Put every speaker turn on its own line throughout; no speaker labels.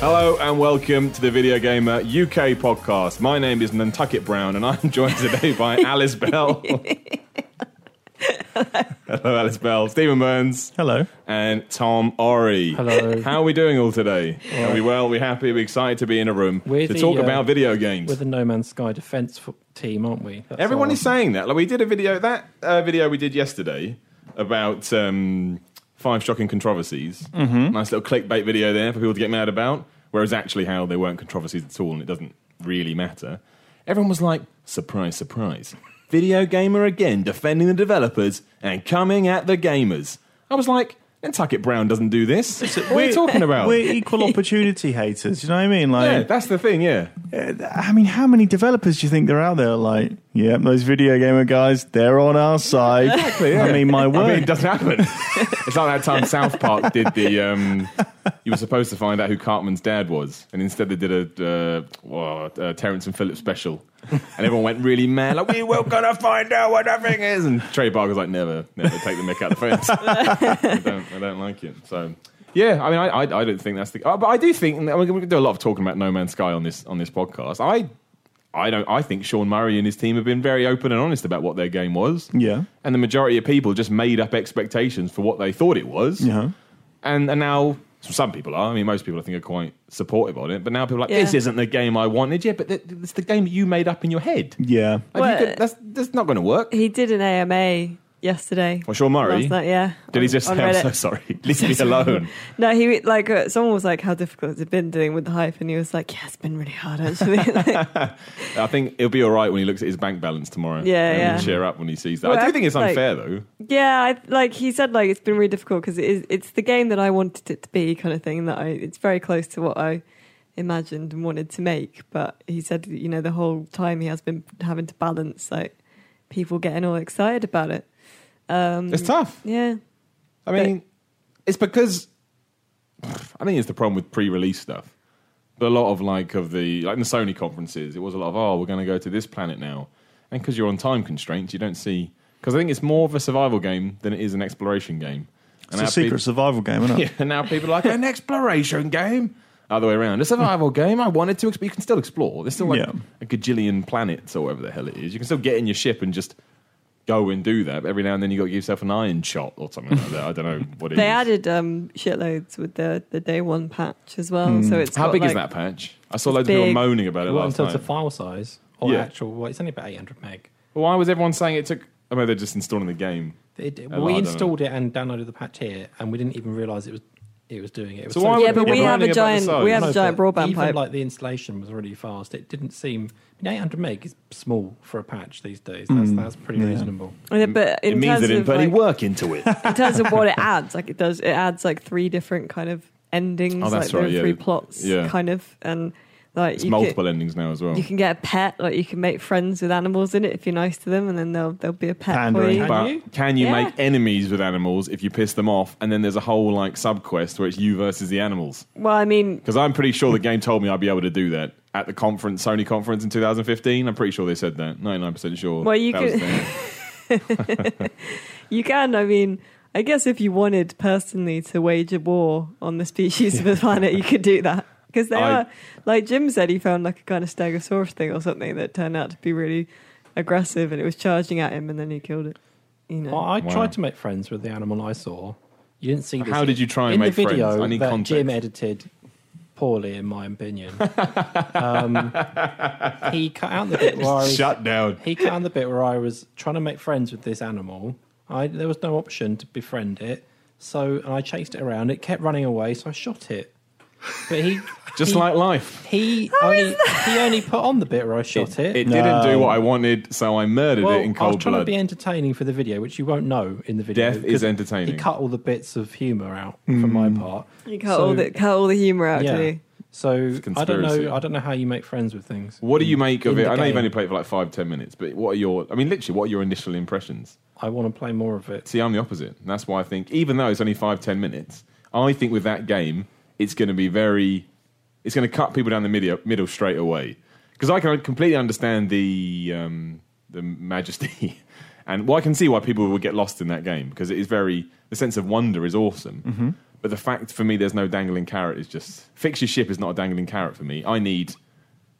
Hello and welcome to the Video Gamer UK podcast. My name is Nantucket Brown and I'm joined today by Alice Bell. Hello, Alice Bell, Stephen Burns,
Hello.
and Tom Ori.
Hello.
How are we doing all today? Are we well? Are we happy? Are we excited to be in a room
We're
to
the,
talk
uh,
about video games?
We're the No Man's Sky defense fo- team, aren't we? That's
Everyone
our-
is saying that. Like we did a video that uh, video we did yesterday about um, five shocking controversies. Mm-hmm. Nice little clickbait video there for people to get mad about. Whereas actually, how they weren't controversies at all, and it doesn't really matter. Everyone was like, "Surprise, surprise! Video gamer again defending the developers and coming at the gamers." I was like, "Nantucket Brown doesn't do this. What are you talking about?"
We're equal opportunity haters. You know what I mean?
yeah,
Like,
that's the thing. Yeah,
uh, I mean, how many developers do you think there are out there? Like, yeah, those video gamer guys, they're on our side. Exactly.
yeah.
I mean, my
I
word.
mean, it doesn't happen. it's like that time South Park did the. Um, you were supposed to find out who Cartman's dad was, and instead they did a, uh, well, uh Terrence and Phillips special, and everyone went really mad, like we were gonna find out what everything is. And Trey Barker's like, never, never take the mick out of the fence. I, don't, I don't like it. So. Yeah, I mean, I, I, I don't think that's the, uh, but I do think, and we can do a lot of talking about No Man's Sky on this on this podcast. I, I don't, I think Sean Murray and his team have been very open and honest about what their game was
yeah.
and the majority of people just made up expectations for what they thought it was,
Yeah.
and and now some people are. I mean, most people I think are quite supportive on it, but now people are like,
Yeah.
"This isn't the game I wanted." Yeah, but th- th- it's the game that you made up in your head.
Yeah.
Like,
Well-
you could- that's that's not going to work.
He did an AMA yesterday.
Well, Oh, Sean Murray.
Last night, yeah.
Did he just say,
on
"I'm
Reddit.
so sorry"? Leave me alone.
No, he like uh, someone was like, "How difficult has it been dealing with the hype?" And he was like, "Yeah, it's been really hard actually." Like,
I think it'll be all right when he looks at his bank balance tomorrow.
Yeah,
And
yeah.
he'll cheer up when he sees that.
Well,
I do
I-
think it's
like-
unfair though.
yeah, I, like he said, like it's been really difficult because it is. It's the game that I wanted it to be, kind of thing. That I, it's very close to what I imagined and wanted to make. But he said, you know, the whole time he has been having to balance like people getting all excited about it. Um,
It's tough.
yeah.
I mean, it's because I think it's the problem with pre-release stuff. But a lot of like of the like in the Sony conferences, it was a lot of oh, we're going to go to this planet now, and because you're on time constraints, you don't see. Because I think it's more of a survival game than it is an exploration game.
It's
now
a secret
peop-
survival game, isn't it?
yeah, and now people are like an exploration game. Other way around, a survival game. I wanted to, exp- you can still explore. There's still like
Yeah.
a gajillion planets or whatever the hell it is. You can still get in your ship and just go and do that. But every now and then you got to give yourself an iron shot or something like that. I don't know what it is.
They added um, shitloads with the, the day one patch as well. So it's
Hmm. How
got,
big is
like-
that patch? I saw loads of people
big.
moaning about it
Well, in
last
terms
night.
of file size or
Yeah.
actual, well, it's only about 800 meg.
Why was everyone saying it took? I mean, they're just installing the game.
It,
Oh, I
we
don't
installed it and downloaded the patch here, and we didn't even realise it was it was doing it. it was
So why would
Yeah, but
people
we
moaning
have a
about the
giant
size?
we have
No,
a giant
but
broadband
even
pipe.
like the installation was really fast. It didn't seem I mean, 800 meg is small for a patch these days. That's
Hmm.
that's pretty reasonable.
Yeah, but in
it means
terms
they didn't
of
put any
like,
work into it.
in terms of what it adds, like it does, it adds like three different kind of endings,
Oh, that's
like there
right,
are
yeah.
three plots,
Yeah.
kind of, and like
It's
you
multiple endings now as well.
Can, you can get a pet, like you can make friends with animals in it if you're nice to them, and then they'll they'll be a pet
Pandering.
for you.
But-
But
Can you?
can you
Yeah.
make enemies with animals if you piss them off? And then there's a whole like subquest where it's you versus the animals.
Well, I mean,
Because I'm pretty sure the game told me I'd be able to do that at the conference, Sony conference in 2015. I'm pretty sure they said that. 99% sure.
Well, you
that was
could-
the thing.
You can. I mean, I guess if you wanted personally to wage a war on the species of the planet, you could do that. Because they
I-
are, like Jim said, he found like a kind of stegosaurus thing or something that turned out to be really aggressive, and it was charging at him, and then he killed it. You know,
Well, I
Wow.
tried to make friends with the animal I saw. You didn't see. This.
How did you try and
in
make
the video
friends? I need
that
context.
Jim edited poorly, in my opinion. um, he cut out the bit where I was,
Shut down.
he cut out the bit where I was trying to make friends with this animal. I there was no option to befriend it, so and I chased it around. It kept running away, so I shot it. But he
Just
he-
like life.
he only he only put on the bit where I shot it.
It
No.
didn't do what I wanted, so I murdered
Well,
it in
I was
cold
trying
blood.
to be entertaining for the video, which you won't know in the video.
Death
'cause
is entertaining. Mm.
He cut all the bits of humour out for my part.
you cut all the cut all the humor out.
yeah.
didn't you?
So I don't
conspiracy.
know. I don't know how you make friends with things.
What do you make of
in
it?
the
I know you've
game.
only played for like five, ten minutes, but what are your? I mean, literally, what are your initial impressions?
I want to play more of it.
See, I'm the opposite. And that's why I think, even though it's only five, ten minutes, I think with that game, it's going to be very. It's going to cut people down the middle, middle straight away. Because I can completely understand the um, the majesty, and well, I can see why people would get lost in that game because it is very the sense of wonder is awesome. But the fact for me, there's no dangling carrot is just fix your ship is not a dangling carrot for me. I need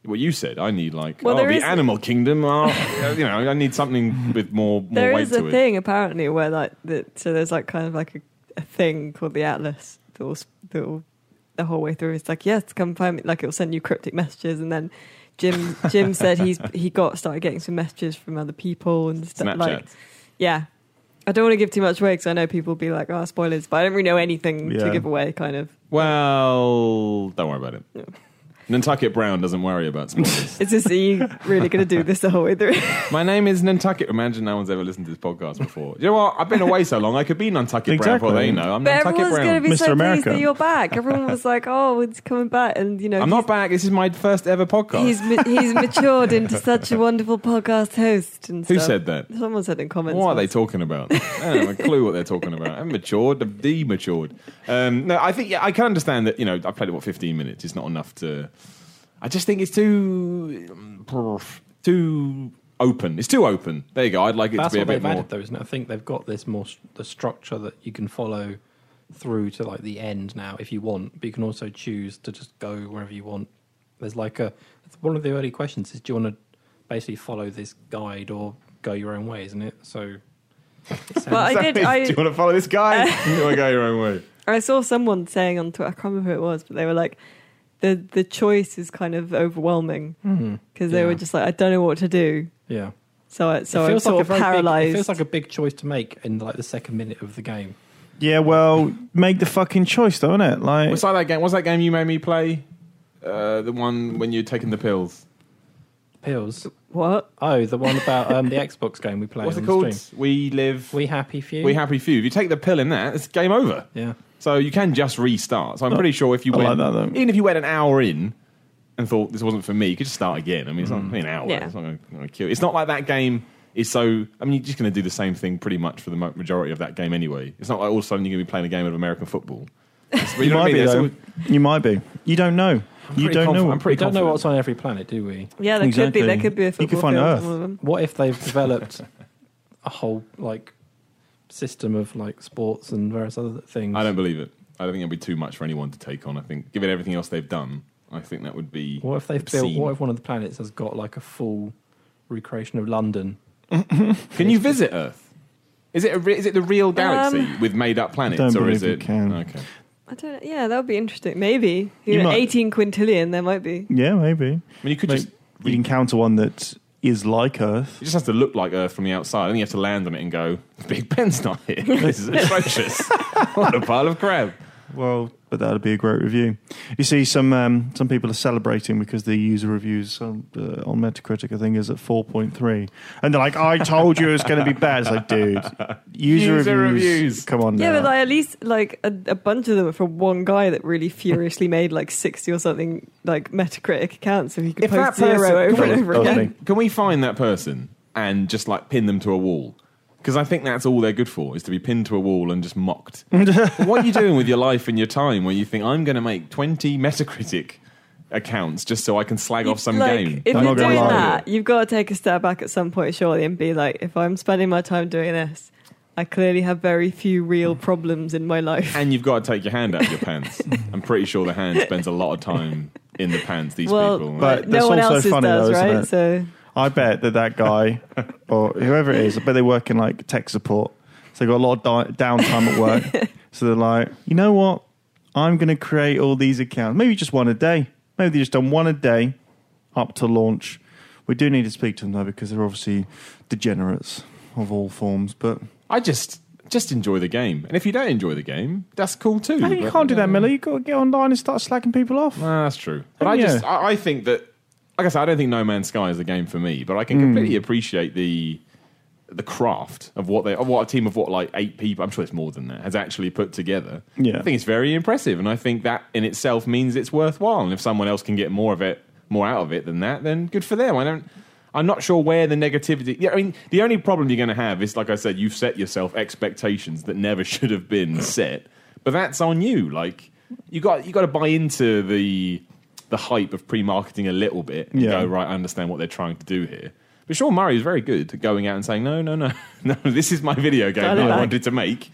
what you said. I need like
Well,
oh,
there
the
is-
animal kingdom. Oh, you know, I need something with more more
There
weight
is
to
a
it.
thing apparently where like that. So there's like kind of like a, a thing called the Atlas that will, s- that will the whole way through. It's like yes, come find me. Like it will send you cryptic messages, and then Jim Jim said he's he got started getting some messages from other people and stuff
Snapchat.
like yeah. I don't want to give too much away because I know people will be like, "Oh, spoilers!" But I don't really know anything
Yeah.
to give away. Kind of,
well, don't worry about it.
Yeah.
Nantucket Brown doesn't worry about spoilers.
it's just are you really going to do this the whole way through?
My name is Nantucket. Imagine no one's ever listened to this podcast before. You know what? I've been away so long, I could be Nantucket Brown for all
Exactly.
they know. I'm
but
Nantucket
everyone's
Brown.
going to be
Mr.
so
America.
pleased that you're back. Everyone was like, "Oh, it's coming back," and you know,
I'm
he's-
not back. This is my first ever podcast.
He's ma- he's matured into such a wonderful podcast host. And
Who
stuff.
said that?
Someone said in comments.
What are they
once.
talking about? I don't have a clue what they're talking about. I haven't matured. I've dematured. Um, no, I think yeah, I can understand that. You know, I played it what fifteen minutes. It's not enough to. I just think it's too um, too open. It's too open. There you go. I'd like it
That's
to be a
what
bit
they've
more.
added, though, isn't it? I think they've got this more s- the structure that you can follow through to like the end now, if you want. But you can also choose to just go wherever you want. There's like a one of the early questions is, do you want to basically follow this guide or go your own way? Isn't it? So, it sounds-
Well, I did.
Do you
I,
want to follow this guy? you want to go your own way?
I saw someone saying on Twitter. I can't remember who it was, but they were like, the the choice is kind of overwhelming
Mm-hmm.
Mhm.
because they
Yeah.
were just like, I don't know what to do.
yeah.
So I, so
it
I'm
feels like
sort
a very
of
big-
paralyzed.
it feels like a big choice to make in like the second minute of the game.
Yeah, well, make the fucking choice, though, innit? Like,
What's that, that game? What's that game you made me play? Uh, the one when you're taking the pills.
Pills.
what?
Oh, the one about um, the Xbox game we played
What's
on
it
the
called?
stream.
We live. We,
We happy few.
happy few. If you take the pill in that, it's game over.
Yeah.
So you can just restart. So I'm pretty sure if you
I
went,
like that, though.
even if you went an hour in and thought this wasn't for me, you could just start again. I mean, it's not an hour.
Yeah.
It's not going to kill. you. It's not like that game is so. I mean, you're just going to do the same thing pretty much for the mo- majority of that game anyway. It's not like all of a sudden you're going to be playing a game of American football. It's-
you,
know what I
might
mean?
be,
It's
though.
all-
You might be. You don't know. You
pretty
don't
conf-
know.
I'm pretty
we don't know
confident.
what's on every planet, do we?
Yeah, there could be. There
Exactly.
could be a
You could
football
find
field
Earth.
on one of them.
What if they've developed a whole like system of like sports and various other things?
I don't believe it. I don't think it'll be too much for anyone to take on. I think, given everything else they've done, I think that would be.
What if they've built?
obscene.
What if one of the planets has got like a full recreation of London?
Can you visit Earth? Is it a re- is it the real galaxy with made up planets,
don't
or is
believe
it?
it can.
Okay.
I don't. Yeah, that would be interesting. Maybe you,
You
know,
might-
18 quintillion. There might be.
Yeah, maybe.
I mean, you could
Like,
just
you can counter one that is like Earth.
It just has to look like Earth from the outside. Then you have to land on it and go, Big Ben's not here. This is atrocious. what a pile of crap.
Well, but that'd be a great review. You see, some um, some people are celebrating because the user reviews on, uh, on Metacritic, I think, is at four point three, and they're like, "I told you it's going to be bad." It's like, dude, user,
User
reviews,
reviews.
Come on,
Yeah,
now.
but like at least like a, a bunch of them are from one guy that really furiously made like sixty or something like Metacritic accounts, so he could post zero over and over
That was
again.
me.
Can we find that person and just like pin them to a wall? Because I think that's all they're good for is to be pinned to a wall and just mocked. what are you doing with your life and your time where you think I'm going to make 20 Metacritic accounts just so I can slag off some
Like,
game?
If
I'm
you're
not gonna
doing
lie.
that, you've got to take a step back at some point, surely, and be like, if I'm spending my time doing this, I clearly have very few real problems in my life.
And you've got to take your hand out of your pants. I'm pretty sure the hand spends a lot of time in the pants, these
well,
people.
But
no
that's
one
also
else's
funny
does,
though, isn't
right?
it?
So
I bet that that guy or whoever it is, I bet they work in like tech support, so they got a lot of di- downtime at work. so they're like, you know what? I'm going to create all these accounts. Maybe just one a day. Maybe they just done one a day up to launch. We do need to speak to them though because they're obviously degenerates of all forms. But
I just just enjoy the game, and if you don't enjoy the game, that's cool too.
I mean, you
But-
can't do that, Millie. You got to get online and start slacking people off.
Nah, that's true. But I
Yeah.
just I, I think that, like I said, I don't think No Man's Sky is the game for me. But I can completely appreciate the the craft of what they of what a team of what like eight people. I'm sure it's more than that has actually put together.
Yeah.
I think it's very impressive, and I think that in itself means it's worthwhile. And if someone else can get more of it, more out of it than that, then good for them. I don't. I'm not sure where the negativity. Yeah, I mean, the only problem you're going to have is, like I said, you've set yourself expectations that never should have been set. But that's on you. Like you got you got to buy into the the hype of pre-marketing a little bit and
Yeah.
go right. I understand what they're trying to do here. But Sean Murray is very good at going out and saying, no, no, no, no. This is my video game
Dial it
that I
back.
wanted to make.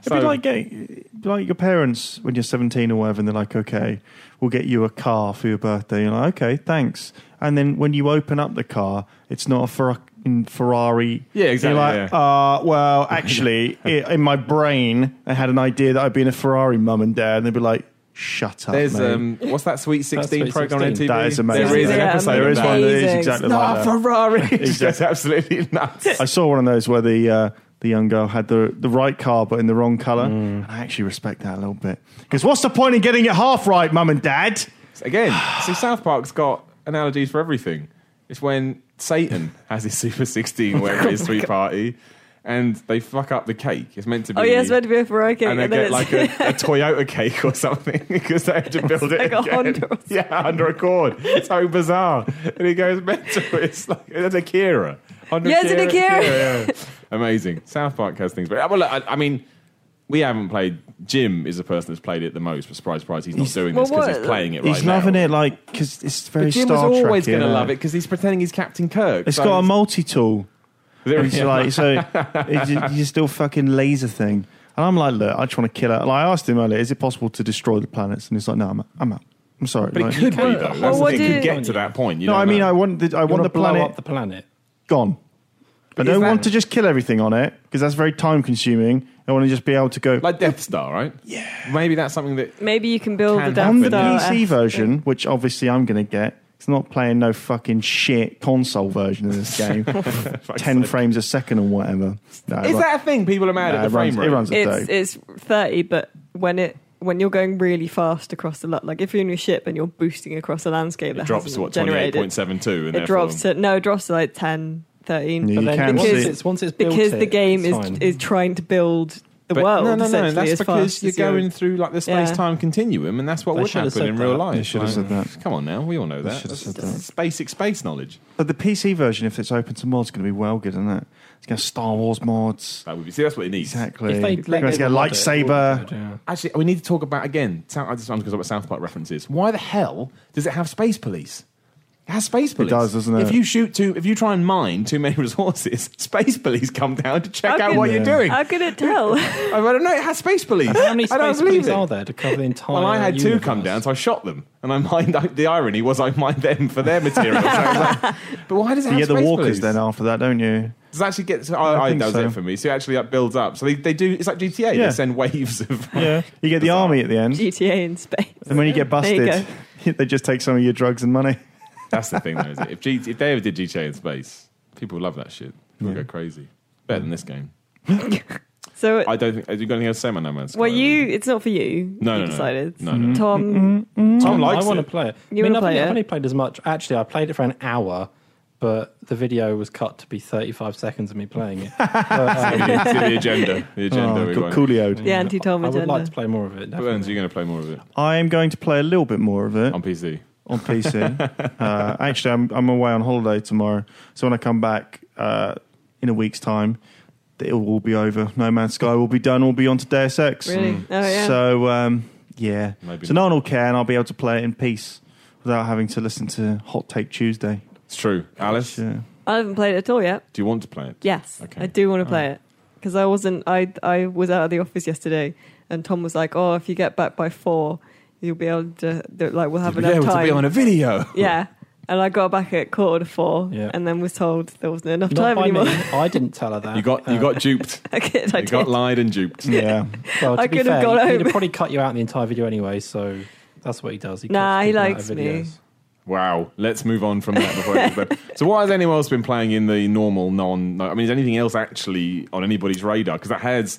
It'd
So-
be like getting, like your parents when you're 17 or whatever, and they're like, "Okay, we'll get you a car for your birthday." You're like, "Okay, thanks." And then when you open up the car, it's not a Fer- Ferrari.
Yeah, exactly,
You're like,
yeah.
"Uh, well, actually, i in my brain, I had an idea that I'd be in a Ferrari, mum and dad," and they'd be like, "Shut up."
There's
mate."
um, what's that Sweet Sixteen
Sweet
program
16.
on MTV?
That is amazing.
There is an
Yeah,
episode.
There
of
is
that.
one that is
Amazing.
exactly
Not
like
a
that.
Ferrari. It's just
Exactly.
absolutely nuts.
I saw one of those where the uh, the young girl had the the right car but in the wrong color.
Mm.
And I actually respect that a little bit because what's the point in getting it half right, mum and dad?
Again, see, South Park's got analogies for everything. It's when Satan has his Super 16, whatever it is, sweet party, and they fuck up the cake. It's meant to be.
Oh yeah, it's meant to be a Ferrari cake,
and they
then
get like
it's
a, a Toyota cake or something because they have to build it
like a
again.
Honda or something.
yeah, under a cord. It's so bizarre. And he goes mental. It's like it's an Akira. Honda
Yeah, it's an Akira.
yeah. Amazing. South Park has things, but uh, well, I, I mean, we haven't played. Jim is the person that's played it the most, but surprise, surprise, he's not doing this
Well,
because he's
what-
playing it.
He's
right
loving
now.
it like because it's very
But Jim was
Star
always
Trek-y,
going to
isn't
love it because he's pretending he's Captain Kirk.
It's
so
got a multi tool.
there
It's
is-
like so it's, you- you're still fucking laser thing. And I'm like, look, I just want to kill it. Like, I asked him earlier, is it possible to destroy the planets? And he's like, no, I'm, I'm out. I'm sorry.
but it
Like,
could be though.
Well,
That's the
what
thing. It
do-
could get to that point. You
no,
don't
I mean,
know.
I want the, I
You
want the
blow
planet
up the planet.
gone. I
But
don't
is
want
that-
to just kill everything on it because that's very time consuming. I want to just be able to go.
like Death Star, right? Yeah. Maybe that's something that
Maybe you can build
Can
a Death
on the
Star.
PC version, which obviously I'm going to get. It's not playing no fucking shit console version of this game, ten frames a second or whatever. No,
Is
but-
that a thing? People are mad
no,
at the
it runs,
frame rate.
it runs a
It's
day.
it's thirty, but when it when you're going really fast across the lot, like if you're in your ship and you're boosting across a landscape, that
It drops
hasn't
to what twenty eight
generated,
point seven two, and
It drops
therefore-
to no, it drops to like 10, 13.
Yeah,
But
You
then
can
once
see-
it's once it's built
because the
it,
game
it's
is
fine.
is trying to build the
But
world.
no, no, no.
essentially,
That's
as
because
fast
you're
as you're-
going through like the
Yeah.
space time continuum, and that's what
They
would
should have
happen in
said
real
that.
life.
They should have
Like,
said that.
Come on now, we all know that.
should have said
That's
that.
Basic space knowledge.
But the PC version, if it's open to mods, going to be well good, isn't it? It's going to have Star Wars mods.
That would be. See, that's what it needs.
Exactly.
If they
It's
let
going to
them
get a
mod it, it would be
lightsaber.
good, yeah.
Actually, we need to talk about again. South, I just want to talk about South Park references. Why the hell does it have space police? It has space police.
does, doesn't it?
If you shoot too, if you try and mine too many resources, space police come down to check
How
out
can-
what you're doing.
How could it tell?
I don't know. It has space police.
How many
I don't
space
believe
police
it.
are there to cover the entire?
Well, I had two
universe?
come down, so I shot them, and I mined. The irony was, I mined them for their material. So I was like, but why does it have
You get the
space
walkers
police?
then after that, don't you?
Does it actually get? So I,
I
I,
think
that was
so.
it for me. So actually, that builds up. So they, they do. It's like GTA.
Yeah.
They send waves of.
Yeah. You get the
Bizarre.
army at the end.
GTA in space.
And when you get
There you
busted, they just take some of your drugs and money.
That's the thing, though. Is it? If, G, if they ever did GTA in space, people would love that shit. People would
Yeah.
go crazy. Better than this game.
So,
I don't think. Have you got anything else to say about No Man's Sky?
well, you it's not for you.
No, no,
you
no.
decided.
No, no.
Tom,
Tom
I
likes
want to
it.
play it.
You
I mean,
wanna
I've,
play
only- I've
it?
only played as much. Actually, I played it for an hour, but the video was cut to be 35 seconds of me playing it. uh,
It's the agenda. The agenda.
Oh,
we
got
want.
coolioed.
the anti-Tom
I would
agenda.
like to play more of
Burns,
it. Definitely.
you're going to play more of it
I am going to play a little bit more of it
on PC.
on PC. uh, actually, I'm, I'm away on holiday tomorrow, so when I come back uh, in a week's time, it will all be over. No Man's Sky will be done. We'll be on to Deus Ex.
Really? Oh yeah.
So um, yeah,
Maybe
so
not.
no one will care, and I'll be able to play it in peace without having to listen to Hot Take Tuesday.
It's true. Alice, do
Sure.
I haven't played it at all yet.
you want to play it?
Yes,
Okay.
I do want to play it because I wasn't. I I was out of the office yesterday, and Tom was like, "Oh, if you get back by four, you'll be able to do- like we'll have
You'll be
enough
able
time."
to be on a video.
yeah, and I got back at quarter to four,
Yeah.
and then was told there wasn't enough
Not
time
by
anymore.
me. I didn't tell her that.
You got you
Uh,
got duped.
I did. I
You got
did.
lied and duped.
Yeah,
Well, to
I
be
could
fair,
have gone
he'd- He'd
home.
have probably cut you out in the entire video anyway, so that's what he does. He
Nah,
cuts
he
people out
likes
of
me.
videos.
Wow. Let's move on from that before I get so what has anyone else been playing in the normal non no- I mean is anything else actually on anybody's radar because that has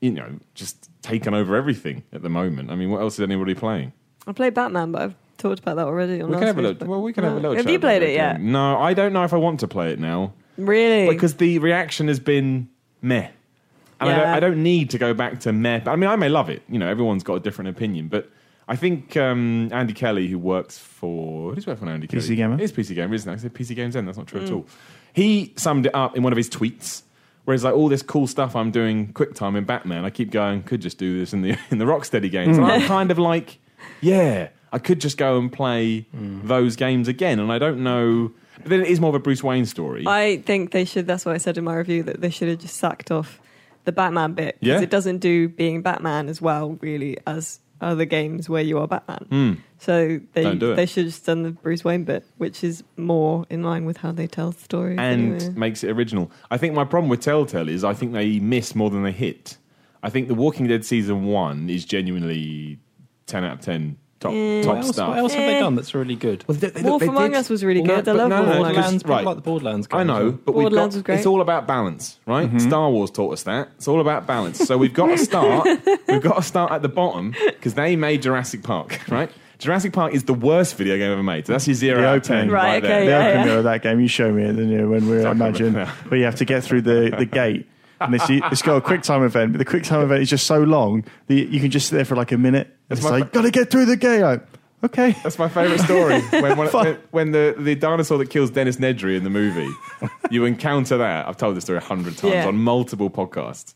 you know just taken over everything at the moment. I mean what else is anybody playing?
I played Batman, but I've talked about that already. On
We can
last
have a
week's
look.
pod-
Well, we can have a
No.
little
Have
chat
you
about
played
that
it yet?
game. No, I don't know if I want to play it now
Really?
because the reaction has been meh. And I, don't,
Yeah.
I don't need to go back to meh. I mean, I may love it. You know, everyone's got a different opinion, but I think um, Andy Kelly, who works for who's working for Andy Kelly,
PC Gamer?
He's PC Gamer, isn't it? I said PC Games End. That's not true at all. He summed it up in one of his tweets. Where he's like all this cool stuff I'm doing QuickTime in Batman. I keep going, could just do this in the in the Rocksteady games. And I'm kind of like, yeah, I could just go and play those games again. And I don't know. But then it is more of a Bruce Wayne story.
I think they should. That's what I said in my review that they should have just sacked off the Batman bit because
Yeah.
it doesn't do being Batman as well, really, as other games where you are Batman. So they
Hmm. Don't do it.
they should have just done the Bruce Wayne bit, which is more in line with how they tell the story.
and
anyway.
makes it original. I think my problem with Telltale is I think they miss more than they hit. I think The Walking Dead season one is genuinely ten out of ten top
Yeah.
top
What else,
stuff.
what else have
Eh.
they done that's really good?
Well, they- they-
Wolf
they
Among
did-
Us was really good. I
but
love Wolf Among
because-
Us.
Borderlands,
Right,
like the Borderlands.
I
games
know,
were-
but we've
Borderlands
got,
was great.
it's all about balance, right? Star Wars taught us that. It's all about balance. So we've got to start. we've got to start at the bottom because they made Jurassic Park, right? Jurassic Park is the worst video game ever made. So that's your zero
The
out of
opening.
ten,
Right,
right,
okay,
there.
the
Yeah,
opening
yeah.
of that game. You show me it, then you know, when we are
Exactly.
imagine,
Yeah.
where you have to get through the, the gate. And they see, it's got a quick time event, but the quick time event is just so long that you can just sit there for like a minute.
That's
it's
my
like,
fa-
gotta get through the gate. Like, okay.
That's my favourite story. when one, when, when the, the dinosaur that kills Dennis Nedry in the movie, you encounter that. I've told this story a hundred times
Yeah.
on multiple podcasts.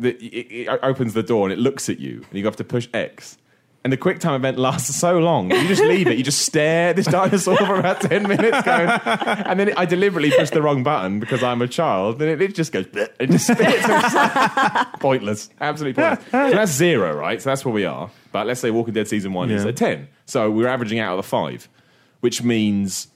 That it, it opens the door and it looks at you, and you have to push X. And the quick time event lasts so long. that You just leave it. You just stare at this dinosaur for about ten minutes, going, and then it, I deliberately push the wrong button because I'm a child. Then it, it just goes, bleh, it just spits. And it's like, pointless, absolutely pointless. So that's zero, right? So that's where we are. But let's say Walking Dead season one is
Yeah.
a ten. So we're averaging out of the five, which means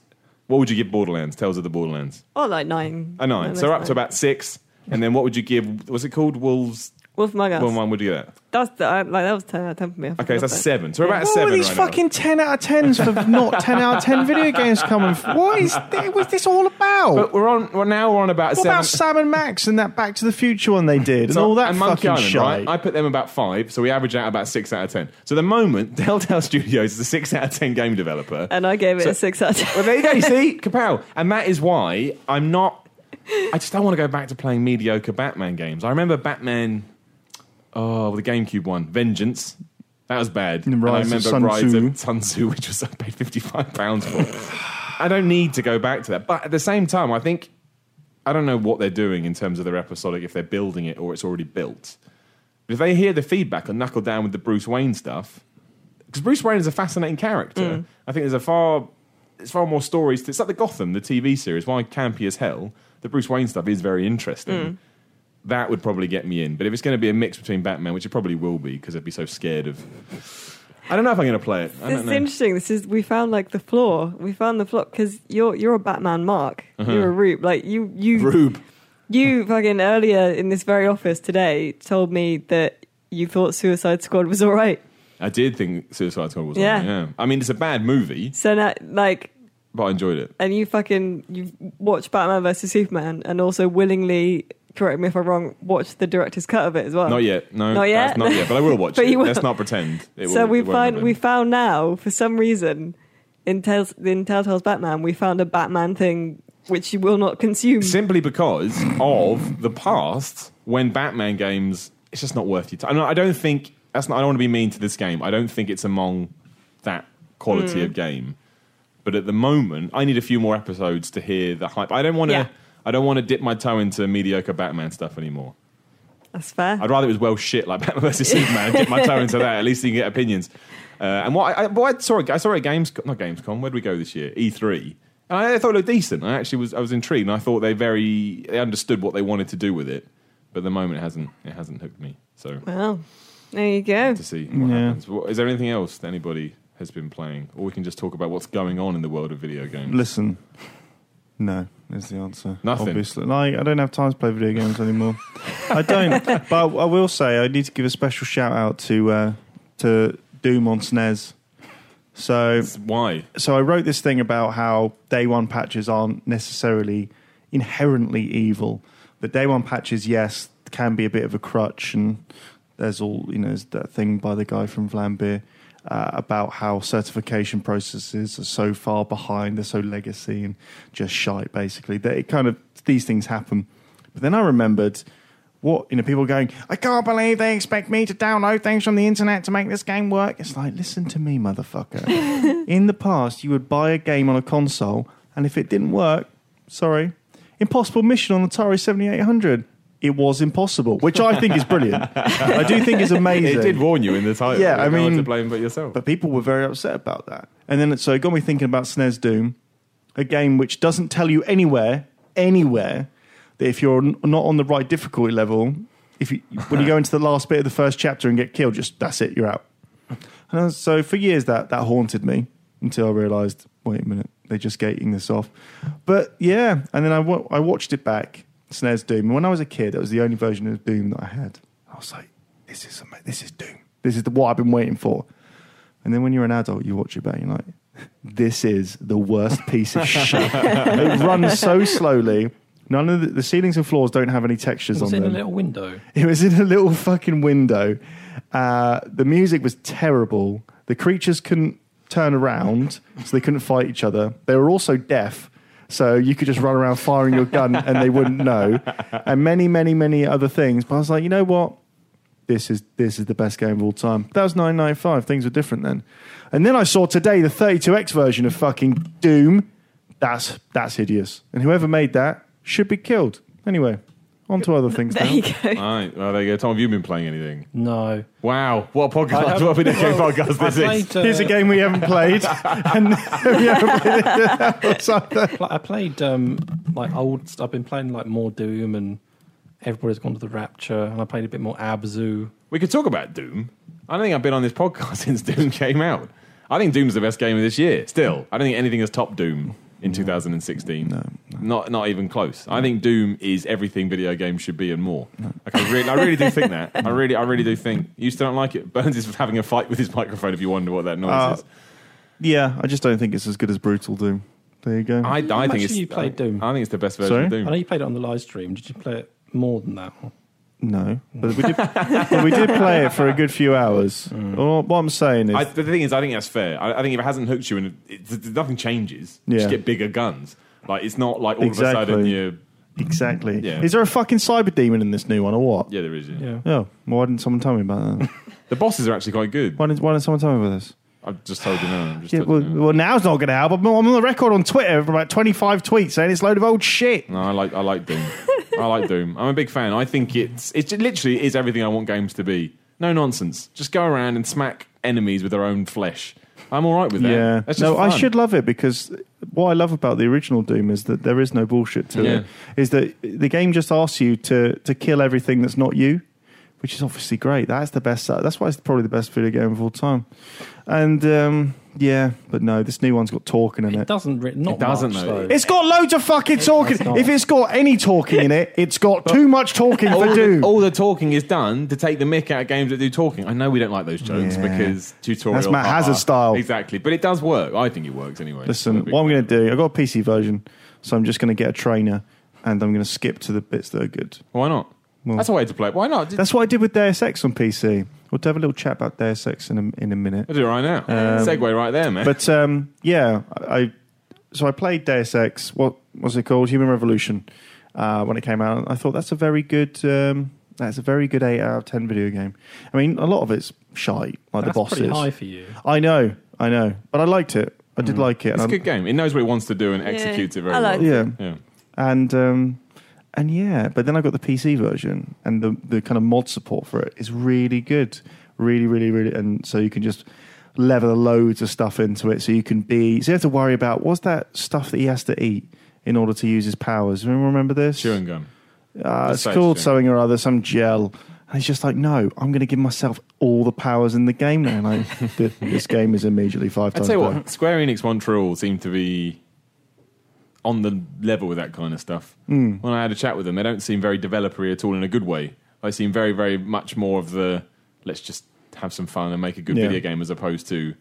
what would you give Borderlands? Tales of the Borderlands,
or Oh, like nine.
a Oh, nine. so
that's
we're up to
fine.
about six, and then what would you give? Was it called Wolves?
Wolf Among Us.
One one would you get that?
That's the, I, like that was ten out of ten for me. I
Okay, so
forgot
that's
that.
seven. So we're about a
What
seven.
were these
right now.
fucking 10 out of 10s for not 10 out of 10 video games coming from? What is th- what's this all about?
But we're on. Well, now we're on about a
what
seven.
about Sam and Max and that Back to the Future one they did and
So-
all that
Monkey
fucking
Island,
shit?
right? I put them about five, so we average out about six out of ten. So at the moment, Telltale Studios is a six out of ten game developer.
And I gave it
So-
a six out of
well,
ten.
there you go. You see, kapow. And that is why I'm not. I just don't want to go back to playing mediocre Batman games. I remember Batman. Oh, the GameCube one, Vengeance. That was bad. And I
Rise of
remember
Sun
Rise
Tzu.
of Sun Tzu, which was I paid fifty five pounds for. I don't need to go back to that. But at the same time, I think I don't know what they're doing in terms of their episodic, if they're building it or it's already built. But if they hear the feedback and knuckle down with the Bruce Wayne stuff, because Bruce Wayne is a fascinating character.
Mm.
I think there's a far, there's far more stories. To, it's like the Gotham, the TV series. Why campy as hell? The Bruce Wayne stuff is very interesting.
Mm.
That would probably get me in. But if it's going to be a mix between Batman, which it probably will be, because I'd be so scared of. I don't know if I'm going to play it. I
This
don't
is
know.
interesting. This is we found like the flaw. We found the flaw because you're you're a Batman, Mark. You're a Rube. Like you you
Uh-huh. Rube.
You fucking earlier in this very office today told me that you thought Suicide Squad was all right.
I did think Suicide Squad was.
Yeah.
Yeah. yeah. I mean, it's a bad movie,
So now, like,
but I enjoyed it.
and you fucking you watched Batman versus Superman, and also willingly, correct me if I'm wrong, watched the director's cut of it as well.
Not yet. No,
Not yet?
That's not yet. But I will watch
But
it.
you will.
Let's not pretend. It
So
will-
we
it won't
find
happen.
we found now for some reason in Tales in Telltale's Batman we found a Batman thing which you will not consume.
simply because of the past when Batman games, it's just not worth your time. I don't think that's not. I don't want to be mean to this game. I don't think it's among that quality of game. But at the moment, I need a few more episodes to hear the hype. I don't want to.
Yeah.
I don't want to dip my toe into mediocre Batman stuff anymore.
That's fair.
I'd rather it was well shit like Batman vs Superman. dip my toe into that. At least you can get opinions. Uh, and what I, I, what I saw, I saw at Gamescom, not Gamescom. Where did we go this year? E three. And I thought it looked decent. I actually was, I was intrigued. And I thought they very, they understood what they wanted to do with it. But at the moment, it hasn't, it hasn't hooked me. So
Well, there you go.
to see what
Yeah.
happens. What- Is there anything else that anybody has been playing, or we can just talk about what's going on in the world of video games?
Listen, no is the answer.
Nothing.
Obviously, like I don't have time to play video games anymore. I don't. But I will say I need to give a special shout out to uh, to Doom on SNES. So
Why?
so I wrote this thing about how day one patches aren't necessarily inherently evil, but day one patches, yes, can be a bit of a crutch. And there's all you know, there's that thing by the guy from Vlambeer uh, about how certification processes are so far behind, they're so legacy and just shite, basically. That it kind of these things happen. But then I remembered what you know people going i can't believe they expect me to download things from the internet to make this game work it's like listen to me motherfucker in the past you would buy a game on a console and if it didn't work sorry impossible mission on atari 7800 it was impossible which i think is brilliant i do think is amazing
It did warn you in the title.
Yeah,
There's
I
no one
mean-
to blame but yourself.
but people were very upset about that. And then, so it got me thinking about SNES Doom, a game which doesn't tell you anywhere, anywhere, that if you're n- not on the right difficulty level, if you when you go into the last bit of the first chapter and get killed, just that's it, you're out. And I was- so for years that that haunted me until I realised, wait a minute, they're just gating this off. But yeah, and then I wa- I watched it back, Snares Doom. And when I was a kid, that was the only version of Doom that I had. I was like, this is ama- this is Doom. This is the, what I've been waiting for. And then when you're an adult, you watch it back, and you're like, this is the worst piece of shit. it runs so slowly. None of the, the ceilings and floors don't have any textures
was
on
in a
them.
little window.
It was in a little fucking window. Uh, the music was terrible. The creatures couldn't turn around, so they couldn't fight each other. They were also deaf, so you could just run around firing your gun and they wouldn't know. And many, many, many other things. But I was like, you know what? This is this is the best game of all time. That was 995. Things were different then. And then I saw today the 32X version of fucking Doom. That's that's hideous. And whoever made that should be killed. Anyway, on to other things
There
now.
you go.
Right, well, there you go. Tom, have you been playing anything?
No.
Wow, what a
I
podcast!
have-
What a video game
well,
podcast this
I
is.
played, uh,
Here's a game we haven't played, and we haven't played it outside.
Like, I played um, like old. st- I've been playing like more Doom and everybody's gone to the Rapture, and I played a bit more Abzu.
We could talk about Doom. I don't think I've been on this podcast since Doom came out. I think Doom's the best game of this year. Still, I don't think anything has topped Doom in 2016. No, not not even close. I think Doom is everything video games should be and more. Like, I really, I really do think that. I really, I really do think. You still don't like it. Burns is having a fight with his microphone. If you wonder what that noise
Uh,
is,
Yeah, I just don't think it's as good as Brutal Doom. There you go.
I, I
much
think
have
it's.
you played Doom?
I think it's the best version
Sorry?
of
I
Doom.
know you played it on the live stream. Did you play it more than that?
no, but we did. but we did play it for a good few hours. Oh, what I'm saying is,
Mm. I, the thing is, I think that's fair. I, I think if it hasn't hooked you, and it, it, nothing changes,
Yeah.
just get bigger guns. Like it's not like all of a sudden
Exactly.
you.
exactly.
Yeah.
Is there a fucking cyber demon in this new one or what?
Yeah, there is. Yeah.
Yeah.
Oh, why didn't someone tell me about that?
The bosses are actually quite good.
Why didn't Why didn't someone tell me about this?
I've just told you now. I'm just
Yeah,
told you
well,
now.
well, now's not going to help. I'm I'm on the record on Twitter for about 25 tweets saying it's a load of old shit.
No, I like I like Doom. I like Doom. I'm a big fan. I think it's it literally is everything I want games to be. No nonsense. Just go around and smack enemies with their own flesh. I'm all right with that.
Yeah.
That's just
no, I
fun.
should love it because what I love about the original Doom is that there is no bullshit to
Yeah.
it. Is that the game just asks you to to kill everything that's not you, which is obviously great. That's the best. That's why it's probably the best video game of all time. And um, yeah, but no, this new one's got talking in
It
it.
doesn't. re- Not
It doesn't,
much,
though.
though.
It's got loads of fucking talking.
does not.
If it's got any talking in it, it's got too much talking
all
for
the,
Doom.
all the talking is done to take the mick out of games that do talking. I know we don't like those jokes
Yeah.
because tutorial.
That's Matt
ha-ha.
Hazard style.
Exactly. But it does work. I think it works anyway.
Listen, what I'm going to do, I've got a PC version, so I'm just going to get a trainer and I'm going to skip to the bits that are good.
Why not?
Well-
That's a way to play it. Why not?
That's what I did with Deus Ex on PC. We'll have a little chat about Deus Ex in a, in a minute.
I'll do it right now. Segway right there, man.
Um, But um, yeah, I I- so I played Deus Ex. What was it called? Human Revolution. Uh, when it came out, I thought that's a very good. Um, that's a very good eight out of ten video game. I mean, a lot of it's shy, like the
That's
bosses.
pretty high Hmm. for you.
I know, I know, but I liked it. I did like it.
It's a
and I-
good game. It knows what it wants to do and executes it very
I like
well.
um, yeah.
Yeah.
and um, and yeah, but then I got the PC version, and the the kind of mod support for it is really good, really, really, really, and so you can just level loads of stuff into it, so you can be. So you have to worry about what's that stuff that he has to eat in order to use his powers. Remember, remember this?
Chewing gum.
Uh,
The
it's
sage
called
gel.
something or other, some gel. And it's just like, no, I'm going to give myself all the powers in the game now. Like, th- this game is immediately five
I
times.
tell you
better.
what, Square Enix Montreal seem to be on the level with that kind of stuff.
Hmm.
When I had a chat with them, they don't seem very developery at all in a good way. They seem very, very much more of the let's just have some fun and make a good
Yeah.
video game as opposed to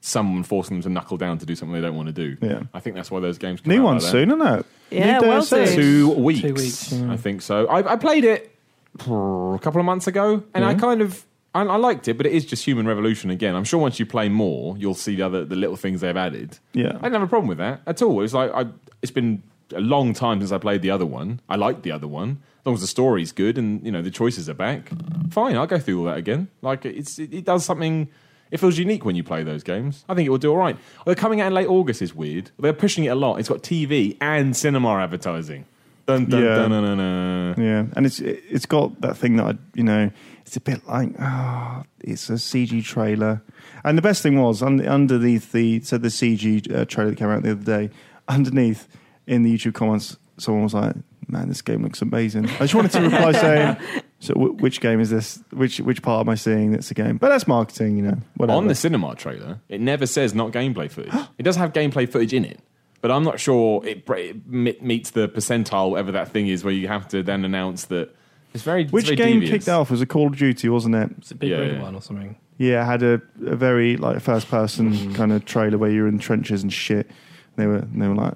someone forcing them to knuckle down to do something they don't want to do.
Yeah.
I think that's why those games come
New
out
one
like that.
soon, isn't it?
Yeah,
New
well
Deus Ex.
soon.
two weeks.
weeks,
I think so. I, I played it a couple of months ago, and I kind of I, I liked it, but it is just Human Revolution again. I'm sure once you play more, you'll see the other the little things they've added.
Yeah.
I didn't have a problem with that at all. It's like I, it's been a long time since I played the other one. I liked the other one. As long as the story's good and you know the choices are back, fine. I'll go through all that again. Like it's it, it does something. It feels unique when you play those games. I think it will do all right. They're coming out in late August is weird. They're pushing it a lot. It's got TV and cinema advertising. Dun dun
Yeah.
dun dun dun. dun.
Yeah, and it's it- it's got that thing that I you know it's a bit like ah, it's a CG trailer. And the best thing was un- underneath the so the CG uh, trailer that came out the other day, underneath in the YouTube comments, someone was like, "Man, this game looks amazing." I just wanted to reply saying, So w- which game is this? Which which part am I seeing? That's a game, but that's marketing, you know. Whatever.
On the cinema trailer, it never says not gameplay footage. it does have gameplay footage in it, but I'm not sure it, bre- it me- meets the percentile, whatever that thing is, where you have to then announce that it's very it's
which
very
game
devious.
kicked off was a Call of Duty, wasn't it?
It's a big
Yeah,
red
yeah.
one or something.
Yeah, had a, a very like first person kind of trailer where you're in trenches and shit. And they were and they were like,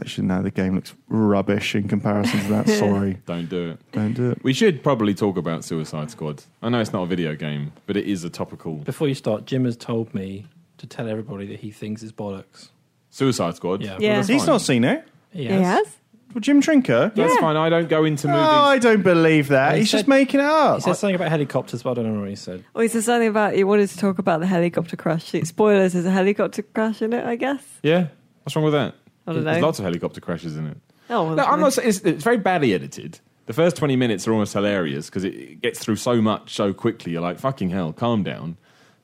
actually no, the game looks rubbish in comparison to that. Sorry,
Don't do it.
don't do it.
We should probably talk about Suicide Squad. I know it's not a video game, but it is a topical
Before you start, Jim has told me to tell everybody that he thinks it's bollocks.
Suicide Squad.
Yeah.
Yeah.
that's
He's
fine.
not seen it.
He
He has?
Well, Jim Trinker.
That's
Yeah.
fine. I don't go into
Oh,
movies.
I don't believe that.
He
He's
said-
just making it
He
up.
Uh,
said something about helicopters, but I don't know what he said.
Or is there Oh, something about you wanted to talk about the helicopter crash? Spoilers, there's a helicopter crash in it, I guess.
yeah, what's wrong with that?
I don't
There's
know.
lots of helicopter crashes in it.
Oh, well,
No, I'm not. saying- It's, it's very badly edited. The first 20 minutes are almost hilarious because it, it gets through so much so quickly. You're like, fucking hell, calm down.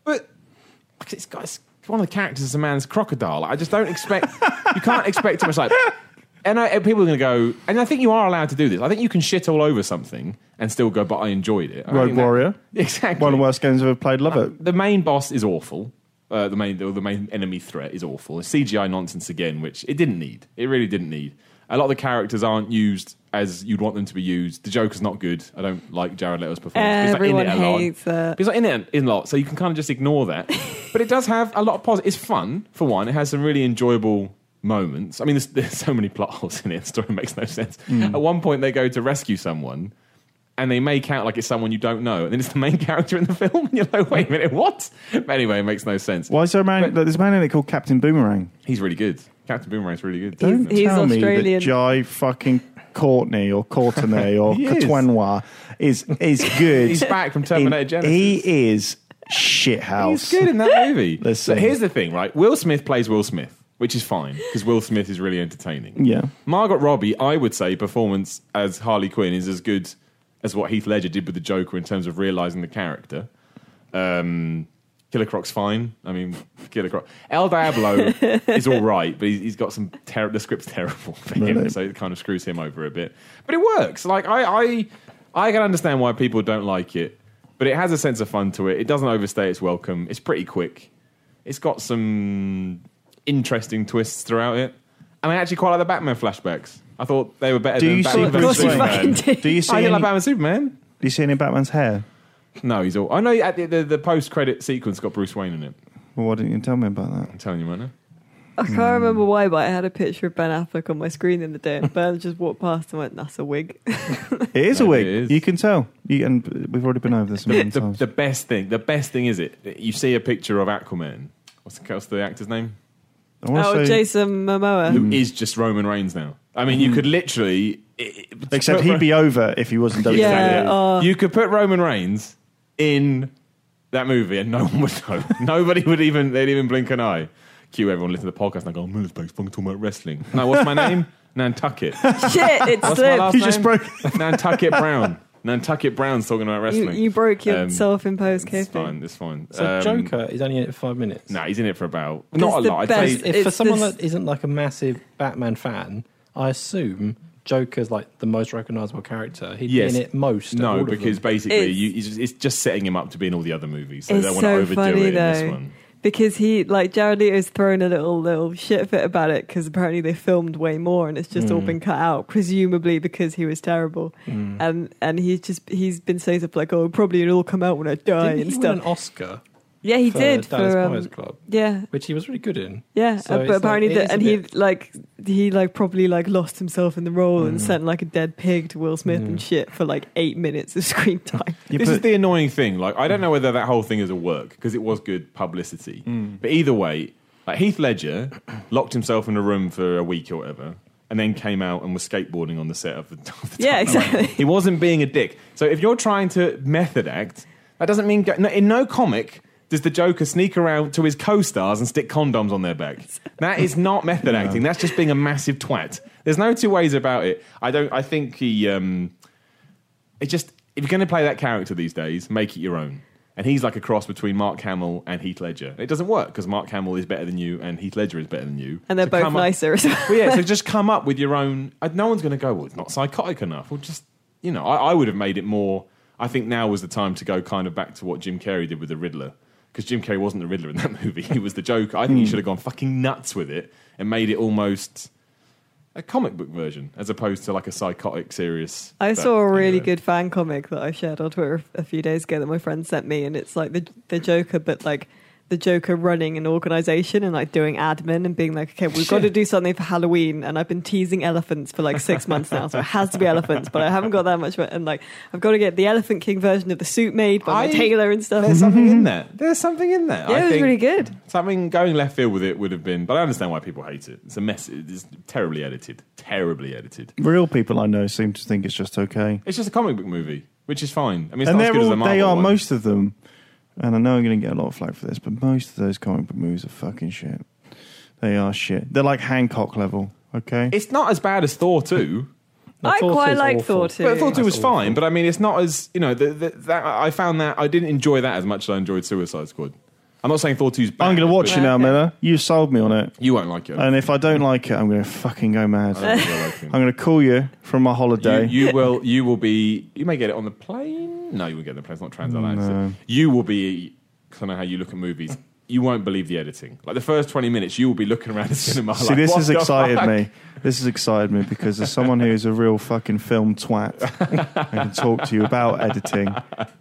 But like, it's got it's, one of the characters is a man's crocodile. I just don't expect. you can't expect too much. Like, and, I, and people are going to go. And I think you are allowed to do this. I think you can shit all over something and still go. But I enjoyed it. I
Road
think that-
Warrior.
exactly.
One of the worst games I've ever played. Love it.
The main boss is awful. Uh, the main, or the main enemy threat is awful. It's CGI nonsense again, which it didn't need. It really didn't need. A lot of the characters aren't used as you'd want them to be used. The Joker's not good. I don't like Jared Leto's performance. He's
Everyone
not in it a lot.
hates that.
He's not in it in a lot, so you can kind of just ignore that. but it does have a lot of positive. It's fun for one. It has some really enjoyable moments. I mean, there's, there's so many plot holes in it. The story makes no sense.
Mm.
At one point, they go to rescue someone, and they make out like it's someone you don't know, and then it's the main character in the film, and you're like, wait a minute, what? But anyway, it makes no sense.
Why is there a man?
But-
there's a man in it called Captain Boomerang.
He's really good. Captain Boomerang's really good.
Don't
he's
tell me that
Australian.
Jai fucking Courtney or Courtney or
He is.
Katwanwa is is good.
He's back from Terminator
in-
Genesis.
He is shithouse.
He's good in that movie.
Listen.
But here's the thing, right? Will Smith plays Will Smith, which is fine because Will Smith is really entertaining.
Yeah.
Margaret Robbie, I would say, performance as Harley Quinn is as good as what Heath Ledger did with the Joker in terms of realizing the character. Um, Killer Croc's fine. I mean, Killer Croc. El Diablo is all right, but he's, he's got some terrible. The script's terrible for him,
Really?
so it kind of screws him over a bit. But it works. Like I, I, I can understand why people don't like it, but it has a sense of fun to it. It doesn't overstay its welcome. It's pretty quick. It's got some interesting twists throughout it, and I actually quite like the Batman flashbacks. I thought they were better
Do
than
you see?
Batman.
Of course
versus
you
Superman.
fucking did.
Do you see?
I
Any,
didn't like
do
Batman Superman.
you see any of Batman's hair?
No, he's all. I know at the, the, the post credit sequence got Bruce Wayne in it.
Well, why didn't you tell me about that?
I'm telling you right now.
I
Hmm.
can't remember why, but I had a picture of Ben Affleck on my screen the other day, and Ben just walked past and went, "That's a wig."
It is a
No,
wig.
it is.
You can tell. You, and we've already been over this a million
the,
times.
the best thing, the best thing is it. that You see a picture of Aquaman. What's the, what's the actor's name?
I wanna
oh,
say-
Jason Momoa.
Um,
Who is just Roman Reigns now? I mean, you could literally, it- it-
hmm. Except he'd be over if he wasn't E. WWE.
Yeah, uh,
you could put Roman Reigns in that movie, and no one would know. Nobody would even they'd even blink an eye. Cue everyone listening to the podcast and I go, "Miller's Blake's fucking talking about wrestling." No, what's my name? Nantucket. What's
Shit, it
my
slipped.
last
He
name?
just broke.
Nantucket Brown. Nantucket Brown's talking about
You,
wrestling.
you broke your
Um,
self-imposed
It's
kayfabe.
fine. It's fine.
So
Um,
Joker is only in it for five minutes.
Nah, he's in it for about not a
the
lot. I'd
best
say
If for
It's
someone
this-
that isn't like a massive Batman fan, I assume Joker's like the most recognizable character. He'd
Yes.
be in it most. of all
No,
of them.
because basically,
It's-
you, it's, just, it's just setting him up to be in all the other movies. So
It's
they want
so
to overdo
funny,
it in this
though.
one.
Because he, like Jared Leto's thrown a little little shit fit about it because apparently they filmed way more and it's just
Mm.
all been cut out, presumably because he was terrible. And and he's just he's been saying stuff like, "Oh, probably it'll all come out when I die
Didn't
and
he win
stuff."
an Oscar.
yeah, he
for Dallas
did for
Buyers
um,
Club,
yeah,
which he was really good in.
Yeah,
So
uh,
it's
but
like-
apparently,
it
the-
is a
and he
bit-
like he like probably like lost himself in the role
Mm.
and sent like a dead pig to Will Smith and shit for like eight minutes of screen time.
You
this
put-
is the annoying thing. Like, I don't know whether that whole thing is a work because it was good publicity. But either way, like Heath Ledger locked himself in a room for a week or whatever, and then came out and was skateboarding on the set of the. Of the
Yeah,
Dark Knight.
exactly.
He wasn't being a dick. So if you're trying to method act, that doesn't mean go- no, in no comic does the Joker sneak around to his co-stars and stick condoms on their back. That is not method acting. That's just being a massive twat. There's no two ways about it. I don't. I think he. Um, it just if you're going to play that character these days, make it your own. And he's like a cross between Mark Hamill and Heath Ledger. It doesn't work because Mark Hamill is better than you, and Heath Ledger is better than you.
And they're
So
both
come up-
nicer as well.
well, yeah, so just come up with your own. uh, No one's going to go, well, it's not psychotic enough. Well, just, you know, I, I would have made it more I think now was the time to go kind of back to what Jim Carrey did with the Riddler. Because Jim Carrey wasn't the Riddler in that movie, he was the Joker. I think
Hmm.
he should have gone fucking nuts with it and made it almost a comic book version as opposed to like a psychotic, serious.
I
but-
saw a really
anyway.
good fan comic that I shared on Twitter a few days ago that my friend sent me, and it's like the the Joker, but like the Joker running an organization and like doing admin and being like, okay, we've got to do something for Halloween, and I've been teasing elephants for like six months now, so it has to be elephants, but I haven't got that much, and like I've got to get the Elephant King version of the suit made
I-
by my tailor and stuff.
Mm-hmm.
There's something in that. There's something in that.
Yeah,
I
it was
think
really good.
Something going left field with it would have been, but I understand why people hate it. It's a mess. It's terribly edited. Terribly edited.
Real people I know seem to think it's just okay.
It's just a comic book movie, which is fine. I mean, it's
and
not as good
they're
as the
all,
Marvel
they are
one.
most of them. And I know I'm going to get a lot of flack for this, but most of those comic book movies are fucking shit. They are shit. They're like Hancock level. Okay.
It's not as bad as Thor two.
No,
I
Thor
quite
two's
like
awful.
Thor 2.
But Thor two
That's
was
awful.
fine. But I mean, it's not as you know. The, the, that I found that I didn't enjoy that as much as I enjoyed Suicide Squad. I'm not saying Thor two's bad.
I'm going to watch
but
it now,
Okay.
Miller. You sold me on it. Uh,
You won't like it.
And if I don't like it, I'm going to fucking go mad.
I don't
I'm
think you'll like it.
going to call you from my holiday.
You, you will. You will be. You may get it on the plane. No, you won't get it on the plane. It's not transatlantic.
No.
You will be. Kind of how you look at movies. You won't believe the editing. Like the first twenty minutes, you will be looking around the cinema.
See,
like,
this
"What
has
the
excited
fuck?"
me. This has excited me because as someone who is a real fucking film twat, I can talk to you about editing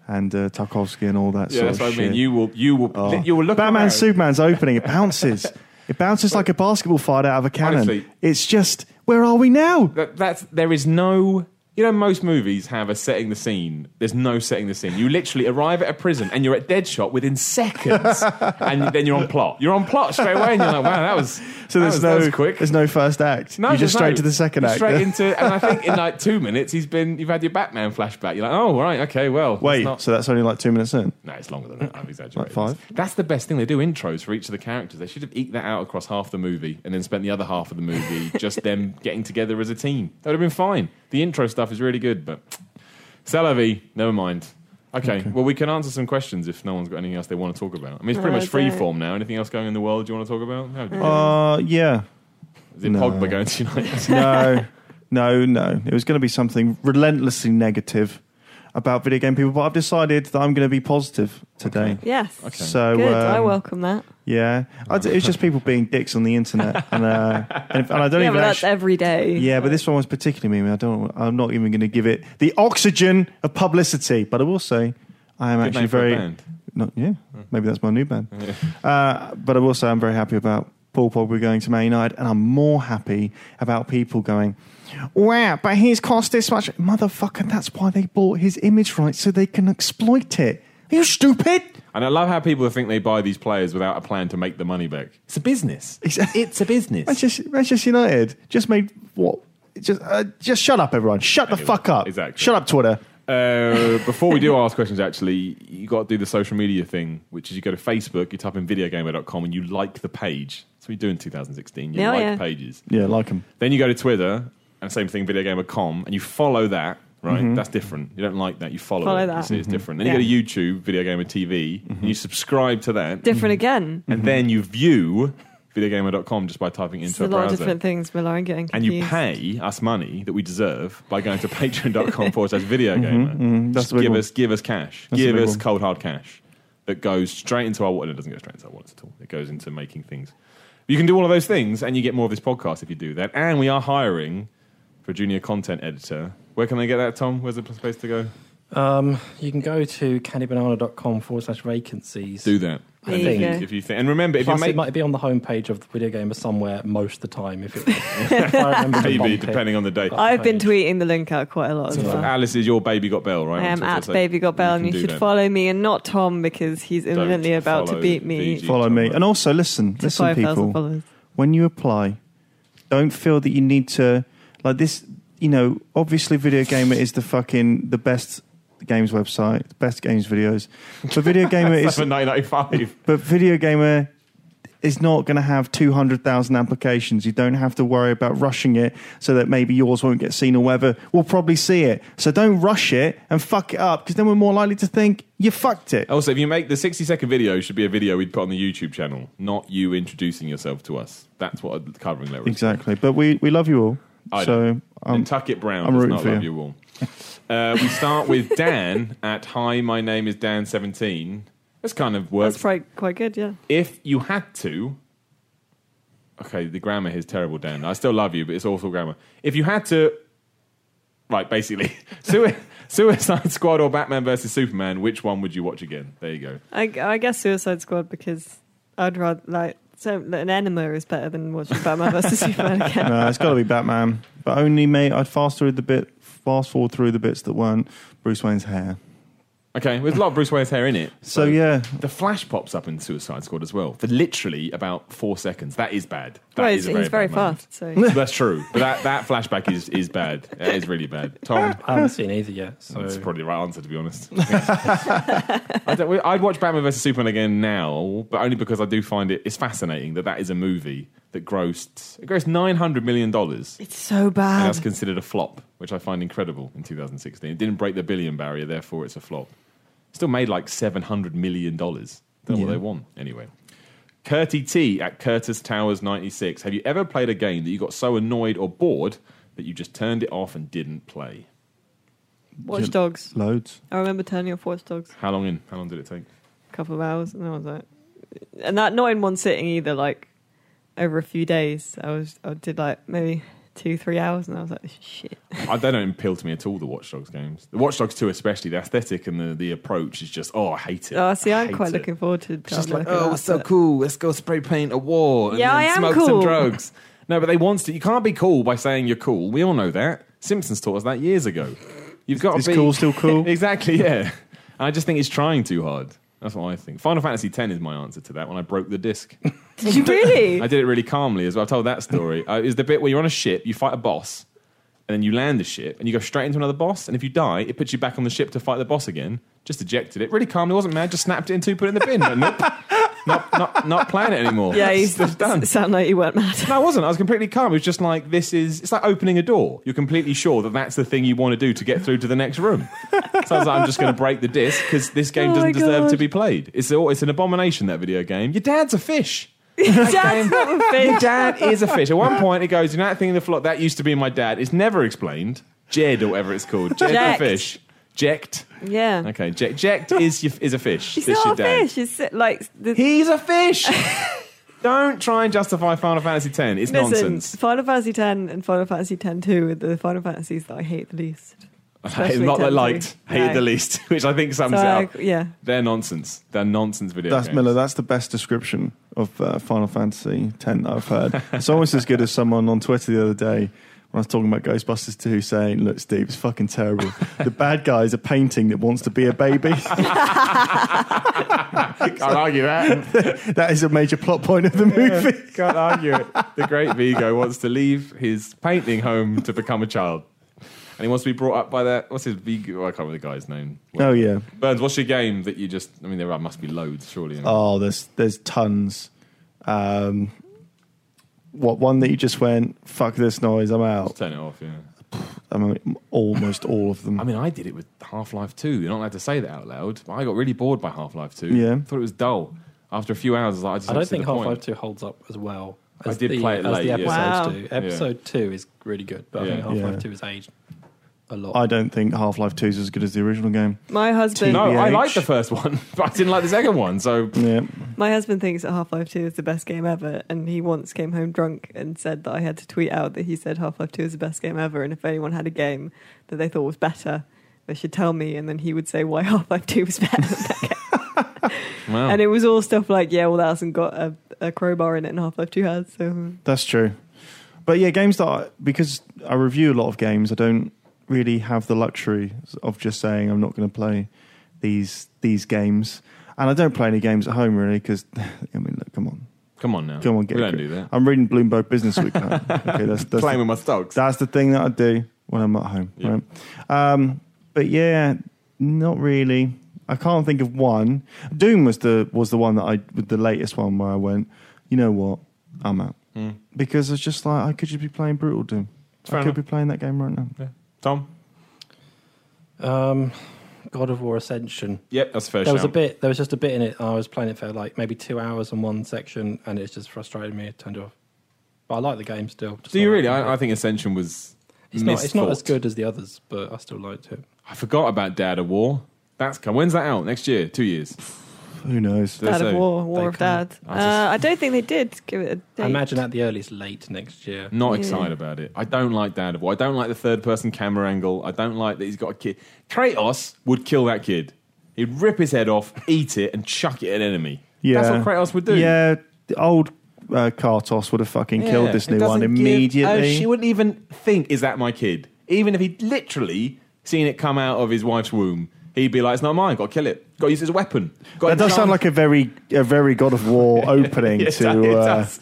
and uh, Tarkovsky and all that
Yeah,
sort
that's
of
what I
shit.
mean. You will. You will.
Oh.
You will look.
Batman
around.
Superman's opening. It bounces. It bounces like a basketball fired out of a cannon.
Honestly.
It's just, where are we now?
That, that's there is no. You know, most movies have a setting the scene. There's no setting the scene. You literally arrive at a prison and you're at Deadshot within seconds, and then you're on plot. You're on plot straight away, and you're like, "Wow, that was
So
that
there's
was- that
no
was quick."
There's no first act.
No,
you just
there's
straight
no.
to the second
You're
act.
Straight into, and I think in like two minutes he's been. You've had your Batman flashback. You're like, oh right, okay, well,
Wait,
it's not-
so that's only like two minutes in.
no, it's longer than that. I've exaggerated.
Like five?
That's the best thing. They do intros for each of the characters. They should have eked that out across half the movie and then spent the other half of the movie just them getting together as a team. That would have been fine. The intro stuff is really good, but Salavi, never mind. Okay, well, we can answer some questions if no one's got anything else they want to talk about. I mean, it's pretty
No,
much
I
free
don't.
form now. Anything else going in the world you want to talk about? No, do you-
Uh, yeah.
Is it
no.
Pogba going to United?
No, no, no. It was going to be something relentlessly negative about video game people, but I've decided that I'm going to be positive today.
yes.
Okay.
So,
Good. I
um,
welcome that.
yeah, I d- it was just people being dicks on the internet, and, uh, and, if- and I don't
Yeah,
even.
but that's
actu-
every day.
yeah, but this one was particularly mean. I don't. I'm not even going to give it the oxygen of publicity. But I will say, I am
Good
actually
name for a
very.
band. Hmm.
Not, yeah, maybe that's my new band. Uh, but I will say I'm very happy about Paul Pogba going to Man United, and I'm more happy about people going, wow, but he's cost this much. Motherfucker, that's why they bought his image rights, so they can exploit it. Are you stupid?
And I love how people think they buy these players without a plan to make the money back. It's a business. It's a business.
Manchester, Manchester United just made what? Just, uh, just shut up, everyone. Shut the
Anyway,
fuck up.
exactly.
Shut up, Twitter.
Uh, before we do ask questions, actually, you got to do the social media thing, which is you go to Facebook, you type in videogamer.com, and you like the page. That's what you do in 2016. You
Yeah,
like
yeah.
pages.
Yeah, like him.
Then you go to Twitter, and same thing, videogamer.com, and you follow that, right? That's different. You don't like that, you follow,
Follow
it. You
that.
see it's different. Then
Yeah.
you go to YouTube, videogamer TV, and you subscribe to that,
Different again.
and then you view videogamer.com just by typing it
It's
into a
a lot
browser
of different things, Miller. I'm getting
and
confused.
you pay us money that we deserve by going to patreon.com forward slash video gamer.
Mm-hmm, that's
Just
the big
give
one.
us give us cash.
That's the
give
big
us
one.
cold hard cash that goes straight into our wallet. It doesn't go straight into our wallets at all. It goes into making things. You can do all of those things and you get more of this podcast if you do that. And we are hiring for a junior content editor. Where can they get that, Tom? Where's the place to go?
Um, you can go to candybanana.com forward slash vacancies.
Do that.
There
And
you
if
go.
if you think, and remember, if
Plus,
you
it
make
might be on the homepage of the video gamer somewhere most of the time. If, it, if I remember the
maybe
bomb
depending on the day.
Got
I've been
page.
tweeting the link out quite a lot as
So
well.
Alice is your baby got Bell, right? on
I am
Twitter,
at
so
Baby Got Bell, and
can
you
do
should
that.
follow me and not Tom because he's imminently about to
follow
beat me
VG.
Follow me.
Tom.
And also, listen,
to
listen,
five thousand
people.
followers.
when you apply, don't feel that you need to like this. You know, obviously, Video Gamer is the fucking the best games website, the best games videos. But Video Gamer is,
for 995.
but Video Gamer is not going to have two hundred thousand applications. You don't have to worry about rushing it, so that maybe yours won't get seen or whether we'll probably see it. So don't rush it and fuck it up, because then we're more likely to think you fucked it.
Also, if you make the 60 second video, should be a video we'd put on the YouTube channel, not you introducing yourself to us. That's what a covering letter is.
Exactly. But we we love you all.
I
so
And
um,
Tuckett Brown
I'm
does
rooting
not
for
love
you.
you all. Uh, we start with Dan at Hi, my name is Dan17. That's kind of
That's
works.
quite quite good, yeah.
If you had to. Okay, the grammar is terrible, Dan. I still love you, but it's awful grammar. If you had to. Right, basically. Sui- Suicide Squad or Batman versus Superman, which one would you watch again? There you go.
I, I guess Suicide Squad because I'd rather like so an enema is better than watching Batman versus Superman again.
no, it's got to be Batman. But only mate, I'd fast through the bit, fast forward through the bits that weren't Bruce Wayne's hair.
Okay, there's a lot of Bruce Wayne's hair in it.
So yeah,
The Flash pops up in Suicide Squad as well for literally about four seconds. That is bad. That
Well,
is
he's,
a
he's very
bad moment.
fast, so
That's true. But that, that flashback is, is bad. That is really bad. Tom,
I haven't seen either yet, so
that's probably the right answer, to be honest. I don't, I'd watch Batman vs. Superman again now, but only because I do find it it's fascinating that that is a movie that grossed, it grossed $900 million. And
it's so bad.
that's considered a flop, which I find incredible in 2016. It didn't break the billion barrier, therefore it's a flop. Still made like $700 million. That's what
Yeah.
they want, anyway. Curty T at Curtis Towers 96. Have you ever played a game that you got so annoyed or bored that you just turned it off and didn't play?
Watch Dogs.
loads.
I remember turning off Watch Dogs
How long in? How long did it take?
a couple of hours, and I was like, and that not in one sitting either. Like over a few days, I was I did like maybe two three hours, and I was like, shit.
I, they don't appeal to me at all, the Watch Dogs games. The Watch Dogs 2 especially, the aesthetic and the, the approach is just, oh, I hate it.
Oh, see,
I
I'm
hate
quite
it.
looking forward to.
It's just like,
looking
oh,
at
it's so
that.
cool. Let's go spray paint a wall and
Yeah,
then
I am
smoke some
cool.
drugs. No, but they want to. You can't be cool by saying you're cool. We all know that. Simpsons taught us that years ago. You've got
Is
to be
cool still cool?
exactly, yeah. I just think it's trying too hard. That's what I think. Final Fantasy X is my answer to that. When I broke the disc,
Did you really?
I did it really calmly as well. I've told that story. Uh, is the bit where you're on a ship, you fight a boss, and then you land the ship, and you go straight into another boss. And if you die, it puts you back on the ship to fight the boss again. Just ejected it really calmly. wasn't mad. Just snapped it in two, put it in the bin. But nope, not not not playing it anymore.
yeah, you
it's just done.
sound like you weren't mad.
No, I wasn't. I was completely calm. It was just like this is. It's like opening a door. You're completely sure that that's the thing you want to do to get through to the next room. so I was like, I'm just going to break the disc because this game
Oh
doesn't
my
deserve to
God.
be played. It's a, it's an abomination that video game. Your dad's a fish.
Dad's not a
Your
fish.
dad is a fish. At one point, it goes, you know that thing in the flock that used to be my dad. It's never explained. Jed or whatever it's called. Jed
Ject.
the fish. Ject.
Yeah.
Okay, Ject. Ject is your, is a fish.
He's
That's
not
your
a
dad.
fish. He's si- like the,
He's a fish. Don't try and justify Final Fantasy X. It's
listen,
nonsense.
Final Fantasy X and Final Fantasy X two are the Final Fantasies that I hate the least. Especially
Not that
10.
liked, hated
No.
the least, which I think sums
So
it
I,
up.
yeah,
They're nonsense. They're nonsense video
That's
games.
Miller. That's the best description of uh, Final Fantasy X that I've heard. It's almost as good as someone on Twitter the other day when I was talking about Ghostbusters 2 saying, "Look, Steve, it's fucking terrible. the bad guy is a painting that wants to be a baby.
Can't argue that.
that is a major plot point of the movie."
Can't argue it. The great Vigo wants to leave his painting home to become a child. And he wants to be brought up by that. What's his Vigo? I can't remember the guy's name.
Oh yeah.
Burns, what's your game that you just. I mean, there are- must be loads, surely.
Oh, there's there's tons. Um, what one that you just went? Fuck this noise! I'm out.
Turn it off, yeah.
I'm almost all of them.
I mean, I did it with Half Life 2. You're not allowed to say that out loud. But I got really bored by Half Life 2.
Yeah.
thought it was dull. After a few hours, I, was like, I just
I
don't
don't
see
think
the
Half Life
point.
Two holds up as well.
I
As
did
the,
play it
as
late,
the
yeah.
episodes
Wow.
do. Episode two is really good, but I think
Yeah.
Half Life
Yeah.
Two is aged a lot.
I don't think Half Life Two is as good as the original game.
my husband.
No, I
BH.
liked the first one, but I didn't like the second one. So
Yeah,
My husband thinks that Half Life Two is the best game ever, and he once came home drunk and said that I had to tweet out that he said Half Life Two is the best game ever, and if anyone had a game that they thought was better, they should tell me, and then he would say why Half Life Two was better.
wow.
And it was all stuff like, yeah, well, that hasn't got a, a crowbar in it, and Half Life Two has. So
that's true. But yeah, games that I, because I review a lot of games, I don't really have the luxury of just saying I'm not going to play these these games, and I don't play any games at home really because I mean, look, come on,
Come on now.
come on, get
we
a
don't
grip.
do that.
I'm reading Bloomberg Business Week. now. okay, that's, that's
Playing with my stocks.
That's the thing that I do when I'm at home.
Yeah.
Right? Um, but yeah, not really. I can't think of one. Doom was the was the one that I with the latest one where I went. You know what? I'm out
Mm.
because it's just like I could just be playing Brutal Doom.
Fair
I could
enough.
be playing that game right now.
Tom?
Um, God of War Ascension.
Yep, that's fair
There was a
shout.
bit. There was just a bit in it. I was playing it for like maybe two hours on one section, and it's just frustrated me. I turned it off. But I like the game still. Just
Do you
not
really?
that
I, I think Ascension was.
It's not,
missed
it's not
thought.
as good as the others, but I still liked it.
I forgot about Dad of War. That's come. When's that out? Next year? Two years?
Who knows?
Did I
Dad of
say?
War, War
They
of
can't-
Dad.
I
I,
just-
uh, I don't think they did give it a date.
I imagine at the earliest late next year.
Not
Yeah.
excited about it. I don't like Dad of War. I don't like the third person camera angle. I don't like that he's got a kid. Kratos would kill that kid. He'd rip his head off, eat it, and chuck it at an enemy.
Yeah.
That's what Kratos would do.
Yeah, the old uh, Kartos would have fucking
Yeah.
killed this
It
new
doesn't
one
give
immediately.
a- she wouldn't even think, is that my kid? Even if he'd literally seen it come out of his wife's womb, he'd be like, it's not mine. Got to kill it. Got to use it as a weapon. Got
that does sound like a very, a very God of War opening
It
to
does, it
uh,
does.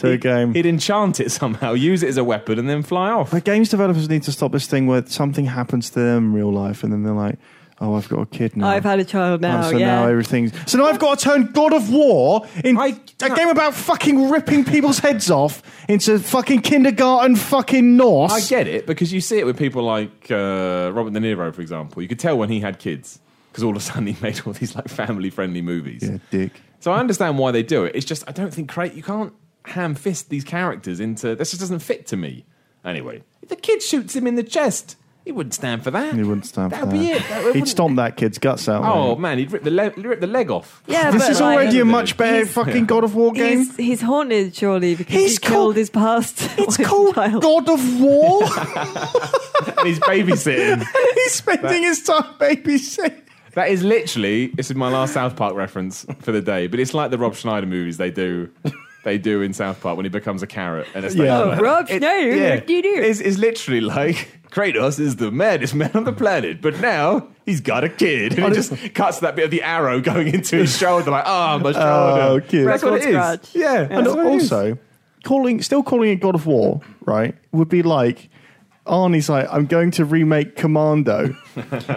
to a game.
He'd enchant it somehow, use it as a weapon, and then fly off.
But games developers need to stop this thing where something happens to them in real life, and then they're like, "Oh, I've got a kid now."
I've had a child
Oh,
now.
so
yeah.
now everything's. So now I've got to turn God of War in
I-
a game about fucking ripping people's heads off into fucking kindergarten fucking Norse.
I get it because you see it with people like uh, Robert De Niro, for example. You could tell when he had kids because all of a sudden he made all these like family friendly movies.
yeah, dick.
So I understand why they do it. It's just I don't think Crate you can't ham fist these characters into this just doesn't fit to me. Anyway, if the kid shoots him in the chest, he wouldn't stand for that.
He wouldn't stand for
That'd
that.
be it. That- it
He'd
wouldn't-
stomp that kid's guts out.
Oh
mate.
man, he'd rip the le- rip the leg off.
Yeah,
this
but
is
like,
already a
He's-
much better fucking God of War game.
He's, he's haunted surely because
He's
he
called-
killed his past.
it's
wife
called
child.
God of War.
And he's babysitting.
He's spending his time babysitting.
That is literally. This is my last South Park reference for the day, but it's like the Rob Schneider movies they do. They do in South Park when he becomes a carrot, and it's like,
Yeah.
Oh, Rob Schneider, what do you do?
It's, it's literally like Kratos is the maddest man on the planet, but now he's got a kid, and it just cuts that bit of the arrow going into his shoulder, like, ah, my
Oh,
shoulder.
kid.
That's what it is.
Record scratch.
Yeah,
And
that's what it is.
also, calling still calling it God of War, right, would be like Arnie's like, I'm going to remake Commando.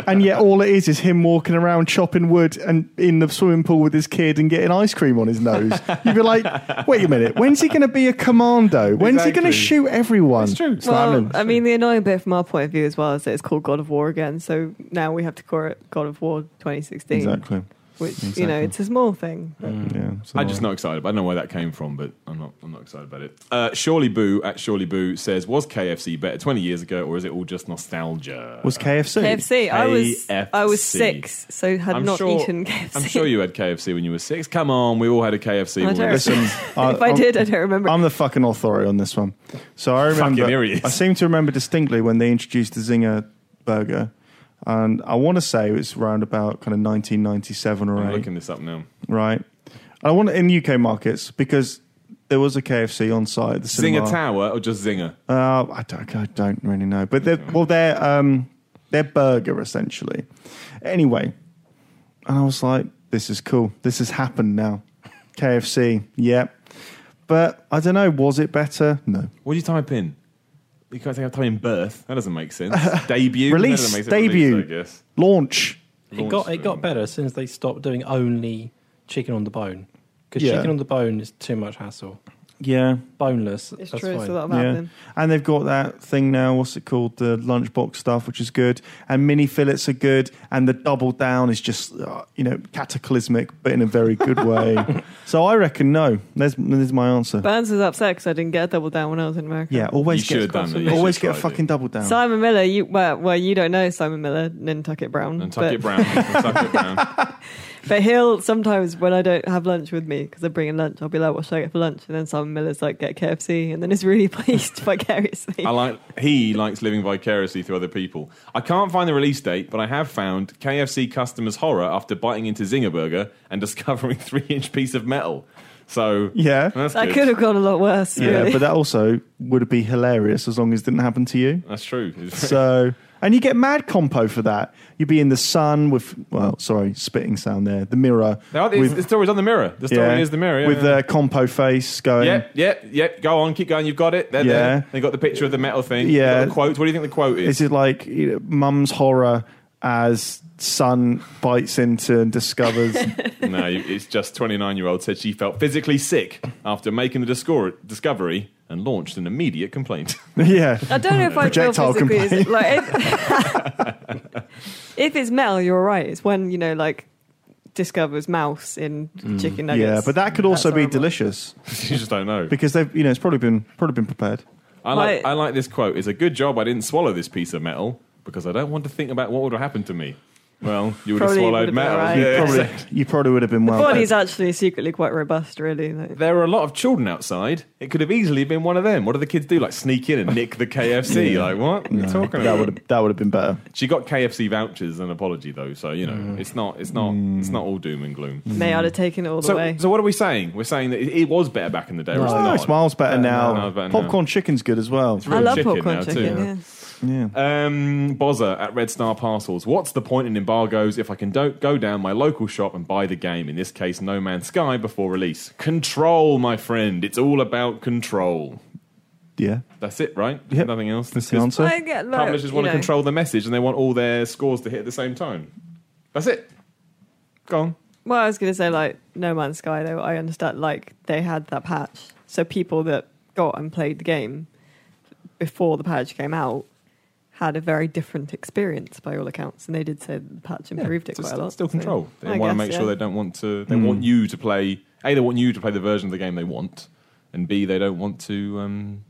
and yet all it is is him walking around chopping wood and in the swimming pool with his kid and getting ice cream on his nose. You'd be like, wait a minute, when's he going to be a commando? When's he going
Exactly.
to shoot everyone?
It's true.
It's not
Well,
happening.
I mean, the annoying bit from our point of view as well is that it's called God of War again, so now we have to call it God of War 2016,
exactly.
which you know
exactly.
it's a small thing. but-
Yeah, it's
I'm just not excited. I don't know where that came from, but I'm not. I'm not excited about it. Uh, Surely Boo at Surely Boo says, "Was KFC better 20 years ago, or is it all just nostalgia?"
was KFC.
KFC. I was I was
KFC.
six, so had not eaten KFC.
I'm sure you had KFC when you were six. Come on, we all had a KFC.
I
when we
don't
were six.
Listen,
if I
Uh,
I'm-
um,
did, I don't remember.
I'm the fucking authority on this one. So I remember.
Fucking idiot.
I seem to remember distinctly when they introduced the Zinger burger, and I want to say it was around about kind of 1997 or
I'm
eight,
looking this up now.
right? I want it in UK markets because there was a KFC on site. at The
Zinger
cinema.
Tower or just Zinger?
Uh, I don't, I don't really know, but they're, well, they're um, they're burger essentially. Anyway, and I was like, this is cool. This has happened now. KFC, yep. But I don't know. Was it better? No.
What do you type in? You can't think I type in birth. That doesn't make sense. debut.
Release,
That doesn't make sense.
debut.
Release, I guess.
Launch.
It got it got
Launch.
better since they stopped doing only chicken on the bone because
Yeah.
chicken on the bone is too much hassle.
Yeah,
Boneless,
it's
that's
true. It's
fine.
a lot of
yeah.
happening.
And they've got that thing now. What's it called? The lunchbox stuff, which is good. And mini fillets are good. And the double down is just uh, you know cataclysmic, but in a very good way. so I reckon no. There's there's my answer.
Burns was upset because I didn't get a double down when I was in America.
yeah, always
You should have
get
done that. You
always
should
get
have
a
tried
fucking double down.
Simon Miller, you well, well, you don't know Simon Miller, Nantucket Brown,
Nantucket
but,
Brown. Nantucket Brown.
but he'll sometimes when I don't have lunch with me because I bring in lunch, I'll be like, "What should I get for lunch?" And then Simon Miller's like, "Get KFC," and then is really pleased vicariously.
I like. He likes living vicariously through other people. I can't find the release date, but I have found KFC customers' horror after biting into Zinger Burger and discovering three-inch piece of metal. So
Yeah.
that's
that
good.
could have gone a lot worse.
yeah,
really.
but that also would be hilarious as long as it didn't happen to you.
That's true. It's very-
So, and you get mad compo for that. You'd be in the sun with, well, sorry, spitting sound there. The mirror.
Now, the,
with-
the story's on the mirror. The story is the mirror. Yeah,
with uh,
yeah.
the compo face going.
Yep, yep, yep. Go on, keep going. You've got it. They're
Yeah.
there. They got the picture of the metal thing. They've
Yeah.
got the quote. What do you think the quote is?
Is it like you know, mum's horror as son bites into and discovers?
no, it's just 29 year old said she felt physically sick after making the discor- discovery and launched an immediate complaint.
yeah,
I don't know if I feel
Projectile
physically is, like if, if it's metal, you're right. It's when you know like discovers mouse in chicken nuggets.
yeah, but that could also
That's
be
horrible.
delicious
you just don't know.
because they've you know it's probably been probably been prepared.
I like,
My-
I like this quote. It's a good job I didn't swallow this piece of metal because I don't want to think about what would have happened to me. Well, you would have
Probably would
swallowed
have been
metal.
alright.
Yeah.
Probably, you probably would have been
The
well.
body's actually secretly quite robust, really. Like,
There were a lot of children outside. It could have easily been one of them. What do the kids do? Like sneak in and nick the KFC? Like what? What are you talking
that
about?
would have that would have been better.
She got KFC vouchers and apology though, so you know
Mm.
it's not it's not it's not all doom and gloom.
may I'd have taken it all the
So,
way.
so what are we saying? We're saying that it, it was better back in the day. or it's
Oh,
not.
it's miles better now.
now, better now.
Popcorn chicken's good as well.
I love
chicken
popcorn
now, too.
chicken.
Yeah.
Yeah.
Yeah.
Um, Bozza at Red Star Parcels. What's the point in embargoes if I can do- go down my local shop and buy the game? In this case, No Man's Sky before release. Control, my friend. It's all about control.
Yeah.
That's it, right?
Yep.
Nothing else.
That's the answer.
I get like,
Publishers
you
want to
know,
control the message and they want all their scores to hit at the same time. That's it. Go on.
Well, I was going to say like No Man's Sky though. I understand like they had that patch, so people that got and played the game before the patch came out had a very different experience by all accounts, and they did say that the patch improved it
So
quite
it's
a lot.
Still
so-
control. They
I
want to
guess,
make sure
yeah.
they don't want to. They want you to play. A, they want you to play the version of the game they want, and B, they don't want to um,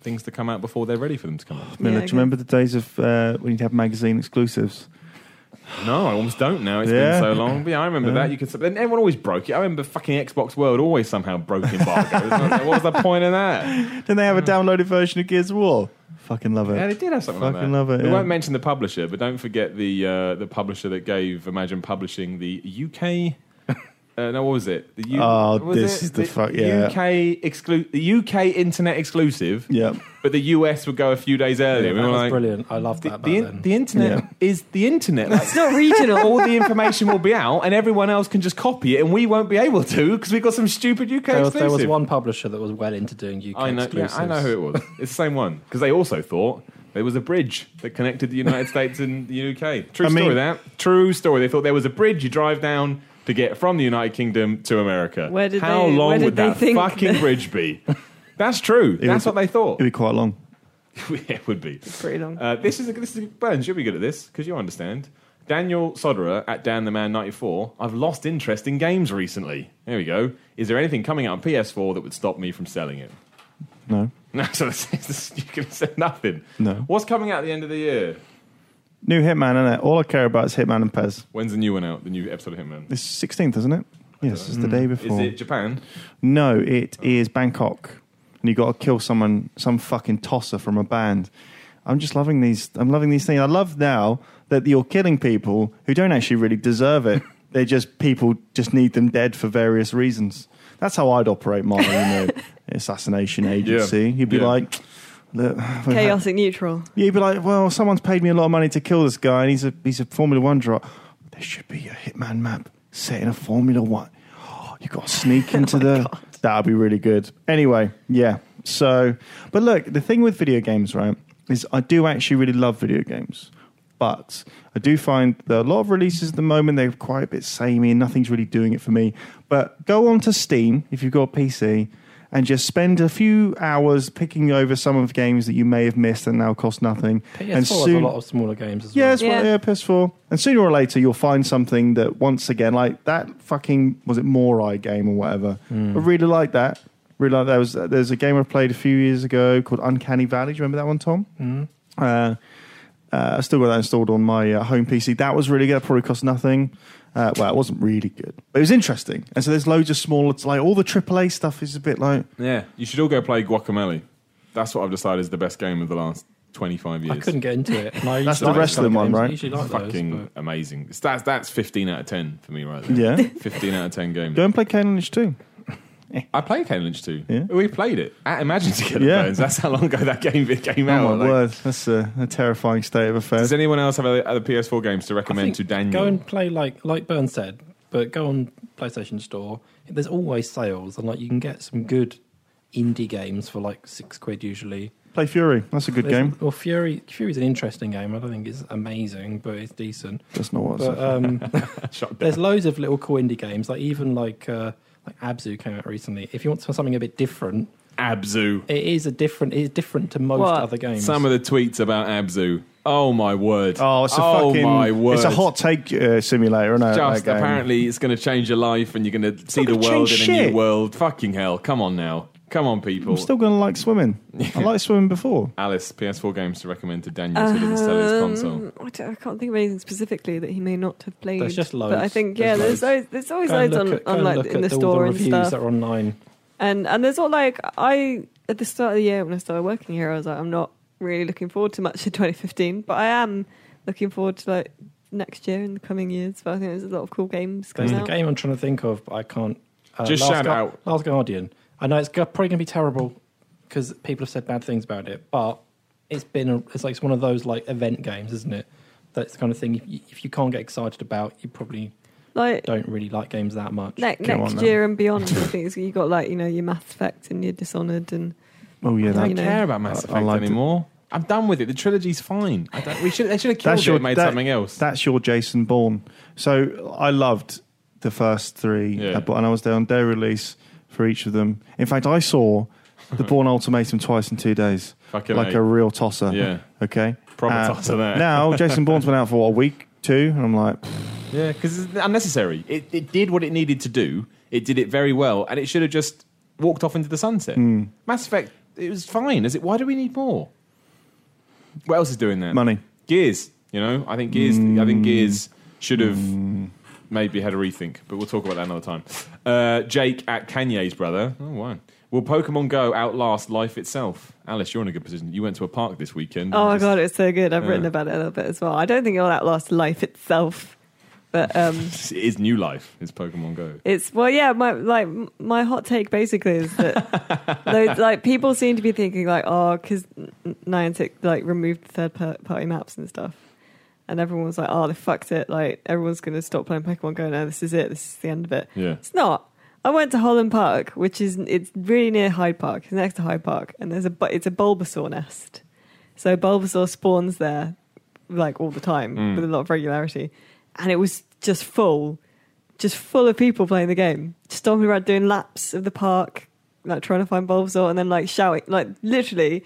things to come out before they're ready for them to come out.
Miller,
Yeah,
do
okay.
you remember the days of uh, when you'd have magazine exclusives?
No, I almost don't now. It's
Yeah.
been so long. But yeah, I remember that. You could. Then everyone always broke it. I remember fucking Xbox World always somehow broke embargoes. what was the point of that?
Didn't they have a downloaded version of Gears of War? Fucking love
Yeah,
it.
they Mm. did have something like
Fucking
that.
love it,
We
yeah.
won't mention the publisher, but don't forget the uh, the publisher that gave Imagine Publishing the UK. Uh, no, what was it? The U-
Oh,
what was
this
it?
is the fuck- yeah.
UK exclu- the UK internet exclusive,
Yeah.
but the US would go a few days earlier. we
that
were
was
like,
brilliant. I loved
The,
that back
the,
then.
in- the internet is the internet. Like,
It's not regional.
all the information will be out, and everyone else can just copy it, and we won't be able to because we've got some stupid UK
there, was,
exclusive.
there was one publisher that was well into doing UK
I know, yeah,
exclusives.
I know who it was. It's the same one because they also thought there was a bridge that connected the United States and the UK. True
I mean-
story. That true story. They thought there was a bridge you drive down to get from the United Kingdom to America.
Where did
How
they-
long
where did
would
they
that
think
fucking
that-
bridge be? That's true. That's
would-
what they thought.
It'd be quite long.
it would be.
pretty long.
Uh, this is a, this is a, Burns. You'll be good at this because you understand. Daniel Sodera at Dan the Man ninety four. I've lost interest in games recently. There we go. Is there anything coming out on PS4 that would stop me from selling it?
No.
No, so this is- this- you can say nothing.
No.
What's coming out at the end of the year?
New Hitman, innit? All I care about is Hitman and Pez.
When's the new one out? The new episode of Hitman.
It's 16th, isn't it? Yes, it's the day
Mm. Is
before.
it Japan?
No, it is Bangkok, and you got to kill someone, some fucking tosser from a band. I'm just loving these. I'm loving these things. I love now that you're killing people who don't actually really deserve it. They're just people just need them dead for various reasons. That's how I'd operate my you know, assassination agency. You'd be
Yeah.
like, look, we've had-
Chaotic neutral.
You'd be like, well, someone's paid me a lot of money to kill this guy, and he's a he's a Formula One driver. There should be a Hitman map set in a Formula One. you got to sneak into the. That'd be really good. Anyway, yeah. So, but look, the thing with video games, right, is I do actually really love video games, but I do find that a lot of releases at the moment they're quite a bit samey, and nothing's really doing it for me. But go on to Steam if you've got a PC and just spend a few hours picking over some of the games that you may have missed and now cost nothing.
PS4
and
has a lot of smaller games as well.
yeah, it's yeah.
Yeah.
yeah, PS4. And sooner or later, you'll find something that once again, like that fucking was it Morai game or whatever. I really like that. Really like that. There was there's a game I played a few years ago called Uncanny Valley. Do you remember that one, Tom?
Mm.
Uh, uh, I still got that installed on my uh, home PC. That was really good. It probably cost nothing. Uh, well, it wasn't really good, but it was interesting. And so there's loads of smaller, like all the AAA stuff is a bit like
Yeah. You should all go play Guacamole. That's what I've decided is the best game of the last twenty five years.
I couldn't get into it. And I
That's
used to
the
like
wrestling
those
one,
games. I
right?
usually like those,
Fucking
but-
amazing. It's- That's that's fifteen out of ten for me right there.
yeah.
Fifteen out of ten games.
Go and play Kane Lynch too.
I played Kane Lynch too.
Yeah.
We played it at Imagine together.
Yeah.
Burns. That's how long ago that game came out.
Oh my
Like,
word, that's a, a terrifying state of affairs.
Does anyone else have other, other PS4 games to
I
recommend
think
to Daniel?
Go and play like like Burn said, but go on PlayStation Store. There's always sales, and like you can get some good indie games for like six quid usually.
Play Fury. That's a good
There's-
game.
Well, Fury Fury's an interesting game. I don't think it's amazing, but it's decent.
That's not what.
But
it's
um,
Shut down.
there's loads of little cool indie games. Like even like uh, like Abzu came out recently. If you want something a bit different,
Abzu.
it is a different. It's different to most
What?
other games.
Some of the tweets about Abzu. Oh my word.
oh, it's a fucking.
my word.
It's a hot take uh, simulator, isn't it? um,
Just
that game?
apparently it's going to change your life and you're going to see
not
the
gonna
world in
change
a new
shit.
world. Fucking hell. Come on now. Come on, people.
I'm still going to like swimming. I liked swimming before.
Alice, PS4 games to recommend to Daniel to instead of his console.
Um, I, don't- I can't think of anything specifically that he may not have played.
There's just
But I
loads.
think
There's
yeah,
loads.
there's always, there's always
Go and
loads on,
look at- go
on
and
like
look
in the
at all
store and
reviews
stuff.
that are online.
And and there's all like I at the start of the year when I started working here, I was like, I'm not really looking forward to much in 2015, but I am looking forward to like next year and the coming years. But I think there's a lot of cool games
There's
coming
the
out.
game I'm trying to think of, but I can't. Uh,
Just
Last
shout
Gu-
out.
Last Guardian. I know it's go- probably going to be terrible because people have said bad things about it, but it's been a, it's like it's one of those like event games, isn't it? That's the kind of thing. If you, if you can't get excited about, you probably
Like
don't really like games that much.
ne-
Come on
next
now.
year and beyond, I think it's- you got like you know your Mass Effect and your Dishonored and
Oh yeah,
I
I
don't
don't
know.
care about Mass
I- I
Effect
liked it.
anymore. I'm done with it. The trilogy's fine. I don't, we should, they should have killed it
your-
and made
that-
something else.
That's your Jason Bourne. So I loved the first three,
Yeah.
uh, but- and I was there on day release for each of them. In fact, I saw the Bourne Ultimatum twice in two days,
Fucking
like
A.
a real tosser.
Yeah.
Okay. Uh,
Proper tosser there.
Now Jason Bourne's been out for what, a week, two, and I'm like,
Yeah, because it's unnecessary. It, it did what it needed to do. It did it very well, and it should have just walked off into the sunset. Mass Effect, it was fine. Is it? Why do we need more? What else is doing that?
Money.
Gears. You know, I think Gears. I think Gears should have maybe had a rethink, but we'll talk about that another time. Uh, Jake at Kanye's brother. Oh wow. Will Pokemon Go outlast life itself? Alice, you're in a good position. You went to a park this weekend.
oh my
Mm, Just-
god, it's so good. I've
Yeah.
written about it a little bit as well. I don't think it'll outlast life itself, but um,
It is new life. It's Pokemon Go.
It's well, yeah. My like my hot take basically is that those, like people seem to be thinking like, oh, because Niantic like removed the third par- party maps and stuff, and everyone was like, oh, they fucked it. Like everyone's gonna stop playing Pokemon Go now. This is it. This is the end of it.
Yeah.
It's not. I went to Holland Park, which is it's really near Hyde Park. It's next to Hyde Park, and there's a bu- it's a Bulbasaur nest. So Bulbasaur spawns there like all the time with a lot of regularity, and it was just full, just full of people playing the game, stomping around doing laps of the park, like trying to find Bulbasaur, and then like shouting, like literally,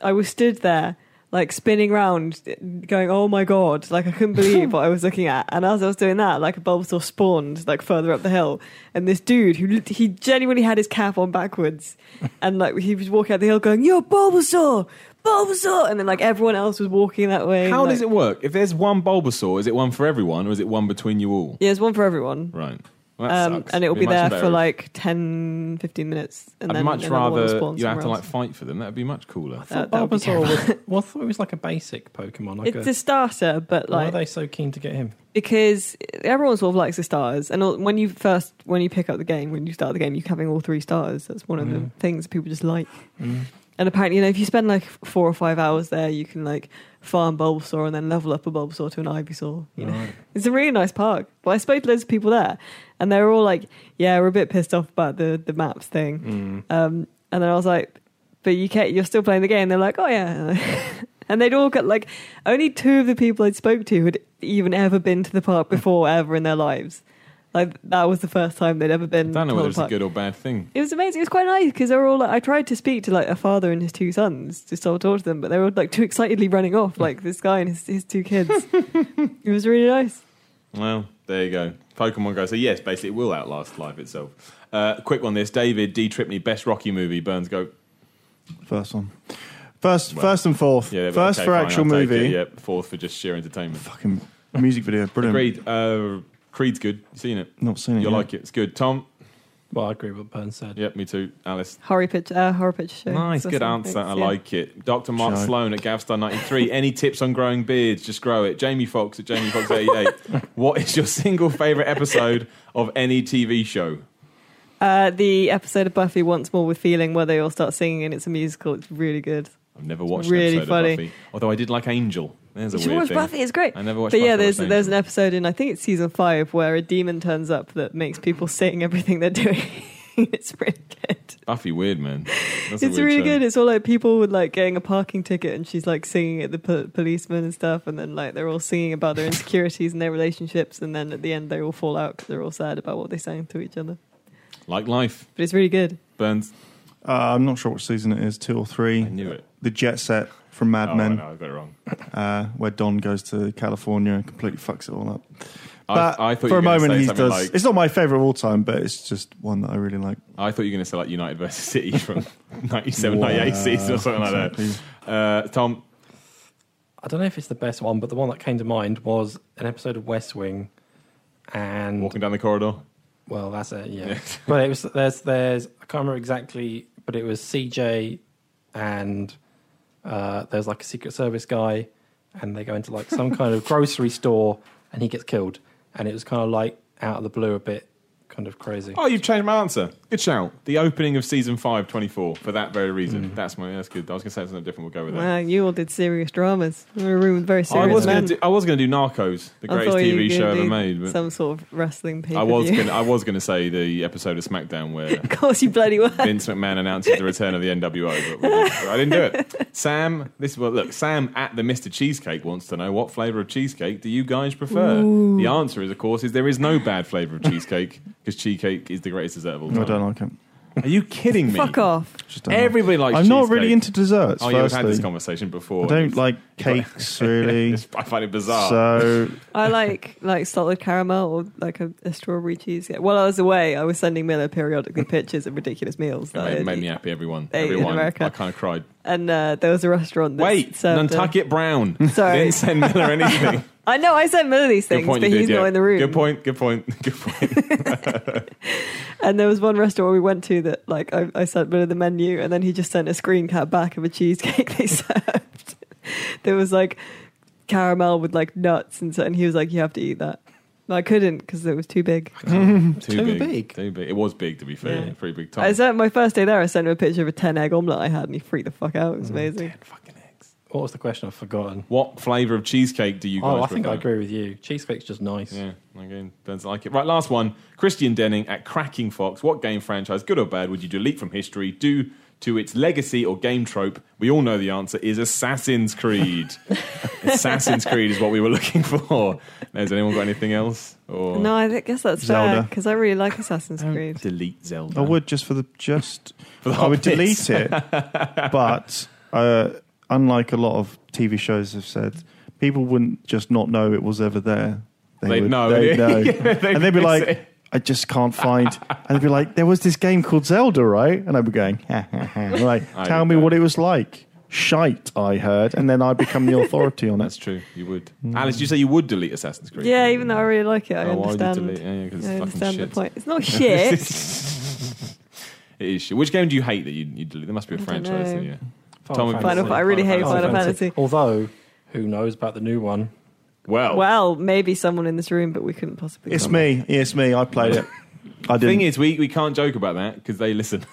I was stood there. Like spinning round, going, "Oh my god!" Like I couldn't believe what I was looking at. And as I was doing that, like a Bulbasaur spawned, like further up the hill, and this dude who lit- he genuinely had his cap on backwards, and like he was walking up the hill, going, "Yo, Bulbasaur, Bulbasaur!" And then like everyone else was walking that way.
How
like,
does it work? If there's one Bulbasaur, is it one for everyone or is it one between you all?
Yeah, there's one for everyone.
Right. Well, that
Um,
sucks.
and it will
It'd much
be there
better
for
if-
like 10, 15 minutes. And
I'd
then
much
another one will
rather
spawn
you have to
somewhere
like
else.
fight for them. That'd be much cooler.
I thought
That- that would be
Bulbasaur was. Well, I thought it was like a basic Pokemon. Like
It's
a,
a starter, but
why are
like
they so keen to get him?
because everyone sort of likes the stars, and all- when you first when you pick up the game, when you start the game, you're having all three stars. That's one of the
Mm.
things people just like.
Mm.
And apparently, you know, if you spend like four or five hours there, you can like farm Bulbasaur and then level up a Bulbasaur to an Ivysaur. You
Oh,
know,
Right.
it's a really nice park. But I spoke to loads of people there, and they were all like, "Yeah, we're a bit pissed off about the the maps thing."
Mm.
Um, and then I was like, "But you can't. You're still playing the game." They're like, "Oh yeah." and they'd all got like only two of the people I'd spoke to had even ever been to the park before ever in their lives. Like that was the first time they'd ever been.
I don't
to
know whether
the
it's a
park.
good or bad thing.
It was amazing. It was quite nice because they were all. Like, I tried to speak to like a father and his two sons to sort of talk to them, but they were like too excitedly running off, like this guy and his, his two kids. it was really nice.
Well, there you go. Pokemon Go. So yes, basically it will outlast life itself. Uh, quick one this. David D. Tripney, best Rocky movie. Burns go.
first one, first,
Well,
first and fourth,
Yeah,
first
okay,
for
fine,
actual
I'll take
movie,
It, yeah, fourth for just sheer entertainment.
fucking music video, brilliant.
Creed. Uh, Creed's good. You seen it?
Not seen it.
You'll
yet.
like it. It's good. Tom.
Well, I agree with what Burns said.
Yep, me too. Alice.
Horror picture, uh, horror picture show.
Nice,
So
good
some
answer.
things,
I
yeah.
like it. Dr. Mark
Show.
Sloan at Gavstar93. Any tips on growing beards? Just grow it. Jamie Fox at Jamie Fox88. what is your single favourite episode of any TV show?
Uh, the episode of Buffy Once More with Feeling, where they all start singing and it's a musical. It's really good.
I've never watched
really
an episode
funny.
of Buffy. Although I did like Angel. There's a
you should
weird
watch
thing.
Buffy. It's great.
I never watched
but
Buffy,
yeah,
I
there's
watched
there's an
Angel.
episode in I think it's season five where a demon turns up that makes people sing everything they're doing. it's pretty good.
Buffy, weird, man. That's a
it's
weird
really
show.
good. It's all like people with like getting a parking ticket and she's like singing at the po- policeman and stuff, and then like they're all singing about their insecurities and their relationships, and then at the end they all fall out because they're all sad about what they sang to each other.
Like life.
But it's really good.
Burns.
Uh, I'm not sure what season it is, two or three.
I knew it.
The Jet Set from Mad
oh,
Men,
no, I got it wrong.
uh, where Don goes to California and completely fucks it all up. But
I, I thought
for
you
a
were gonna
moment
say
he
something
does.
like-
it's not my favorite of all time, but it's just one that I really like.
I thought you were going to say like United versus City from 97, 98 season or something
Exactly.
like that. Uh, Tom,
I don't know if it's the best one, but the one that came to mind was an episode of West Wing, and
walking down the corridor.
well, that's it, yeah.
Yeah.
but it was there's there's I can't remember exactly, but it was CJ and uh, there's like a Secret Service guy, and they go into like some kind of grocery store, and he gets killed, and it was kind of like out of the blue, a bit kind of crazy.
Oh, you've changed my answer. Good shout. The opening of season 5, 24, for that very
Mm.
reason. That's my. That's good. I was going to say something different. We'll go with that.
Wow, you all did serious dramas. We were a room with very
I
serious
was
men.
going to. I was going to do Narcos, the
I
greatest
thought you were
TV show
gonna
ever
do
made. But
Some sort of wrestling pay
I was. Gonna, I was going to say the episode of SmackDown where
Of course, you bloody were.
Vince McMahon announces the return of the NWO, but we didn't- I didn't do it. Sam, this is what look. Sam at the Mister Cheesecake wants to know what flavour of cheesecake do you guys prefer? The answer is, of course, is there is no bad flavour of cheesecake because cheesecake is the greatest dessert of all time.
No, I don't like it.
Are you kidding me?
Fuck off.
Just don't like it.
Everybody likes.
I'm not really
cheesecake.
into desserts.
Oh, yeah, we've
firstly,
had this conversation before.
I don't like cakes really.
It's- I find it bizarre.
so
I like like salted caramel or like a, a strawberry cheesecake. While I was away, I was sending Miller periodically pictures of ridiculous meals
it
that I
made,
had
made me
eaten.
happy. Everyone,
They- in
everyone.
America.
I kind of cried.
and uh, there was a restaurant. That
Wait,
served, uh,
Nantucket Brown.
Sorry.
Didn't send Miller anything.
I know I sent Miller these things, but
you
he's
did,
not
yeah.
in the room.
Good point. Good point. Good point.
And there was one restaurant we went to that like I, I sent Miller the menu, and then he just sent a screen cap back of a cheesecake they served. there was like caramel with like nuts and so, and he was like, "You have to eat that." And I couldn't because it was too big.
too,
Too
big,
big.
Too big. It was big to be fair.
Yeah.
Pretty big time.
I sent my first day there. I sent him a picture of a ten egg omelet I had, and he freaked the fuck out. It
Mm,
was amazing.
Fucking eggs.
What was the question? I've forgotten.
What flavour of cheesecake do you guys
Oh, I think I
prefer?
agree with you. Cheesecake's just nice.
Yeah, again, don't like it. Right, last one. Christian Denning at Cracking Fox. What game franchise, good or bad, would you delete from history due to its legacy or game trope? We all know the answer is Assassin's Creed. Assassin's Creed is what we were looking for. Has anyone got anything else? Or
No, I thi- guess that's fair
Zelda.
because I really like Assassin's Creed.
delete Zelda?
I would just for the just.
For the
I would
hot bits.
delete it, but uh, unlike a lot of TV shows have said, people wouldn't just not know it was ever there.
They'd
would-
know.
They'd know.
Yeah, they'd
and they'd be
miss
like,
it.
I just can't find. And they'd be like, there was this game called Zelda, right? And I'd be going, ha, ha, ha. like,
I
tell
did
me
that.
what it was like. Shite, I heard. And then I become the authority on
That's
it.
true. You would.
Mm.
Alice, did you say you would delete Assassin's Creed?
Yeah, even though I really like it, I
oh, why would you
understand.
delete? Yeah, yeah, 'cause
I
it's fucking
understand the
shit.
point. It's not shit.
It is shit. Which game do you hate that you, you delete? There must be a
I don't
franchise.
know.
That, yeah.
Final
Tom,
Fantasy.
Final- I really hate
Final
Final Fantasy.
Although, who knows about the new one?
Well,
well, maybe someone in this room, but we couldn't possibly.
It's me. Yeah, it's me. I played it. I
the
didn't.
thing is, we, we can't joke about that because they listen.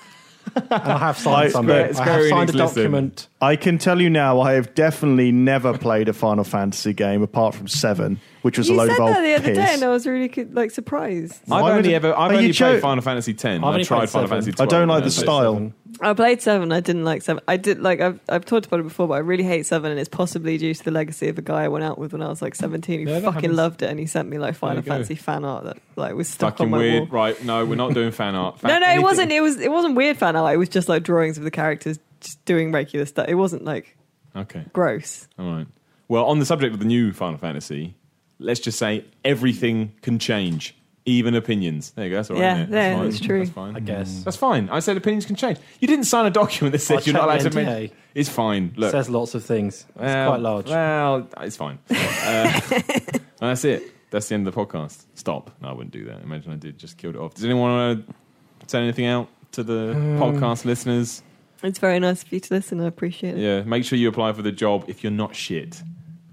I have
I-
signed something.
Square-
I
Square
have signed
Enix
a
listen.
document.
I can tell you now, I have definitely never played a Final Fantasy game apart from Seven, which was
You
a load
said
of old
that the other
piss.
day, and I was really like surprised.
I've
would
only
it-
ever I've
Are you
only played
joke-
Final Fantasy X. and
only
I tried
played
Final
seven.
Fantasy. 12,
I don't like
and
the
that's it.
style.
I played seven. I didn't like seven. I did like I've I've talked about it before, but I really hate seven, and it's possibly due to the legacy of a guy I went out with when I was like seventeen. Who
Yeah, that
fucking
happens.
loved it, and he sent me like Final
you go.
Fantasy fan art that like was stuck
Fucking
on my
weird,
wall.
right? No, we're not doing fan art. Fan-
No, no, it
anything.
wasn't. It was it wasn't weird fan art. It was just like drawings of the characters just doing regular stuff. It wasn't like
Okay,
gross.
all right. Well, on the subject of the new Final Fantasy, let's just say everything can change, even opinions. There you go. That's all right.
Yeah,
isn't it?
yeah,
fine.
that's true.
That's fine.
I guess.
That's fine. I said opinions can change. You didn't sign a document that said
I'll
Mm. you're not allowed
check
to
the
mention.
NDA.
It's fine. Look,
says lots of things. It's
Well,
quite large.
Well, it's fine. uh, and that's it. That's the end of the podcast. Stop. No, I wouldn't do that. Imagine I did. Just killed it off. Does anyone want to send anything out to the podcast listeners?
It's very nice of you to listen. I appreciate it.
Yeah. Make sure you apply for the job if you're not shit.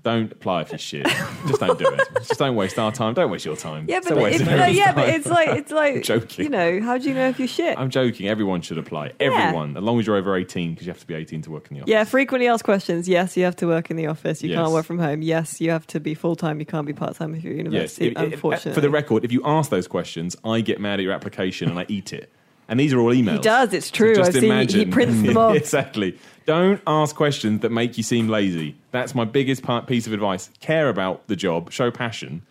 Don't apply if you're shit. Just don't do it. Just don't waste our time. Don't waste your time.
Yeah,
It's
but
a waste
if,
of
no,
everyone's
yeah, but
time.
it's like it's like
joking.
you know. How do you know if you're shit?
I'm joking. Everyone should apply. Everyone, as long as you're over 18, because you have to be 18 to work in the office.
Yeah, frequently asked questions. Yes, you have to work in the office. You
Yes.
can't work from home. Yes, you have to be full time. You can't be part time if you're at
Yes,
university.
it- it-
unfortunately,
for the record, if you ask those questions, I get mad at your application and I eat it. And these are all emails.
he does. It's true. I've seen he, he prints them off.
exactly. Don't ask questions that make you seem lazy. That's my biggest part, piece of advice. Care about the job. Show passion.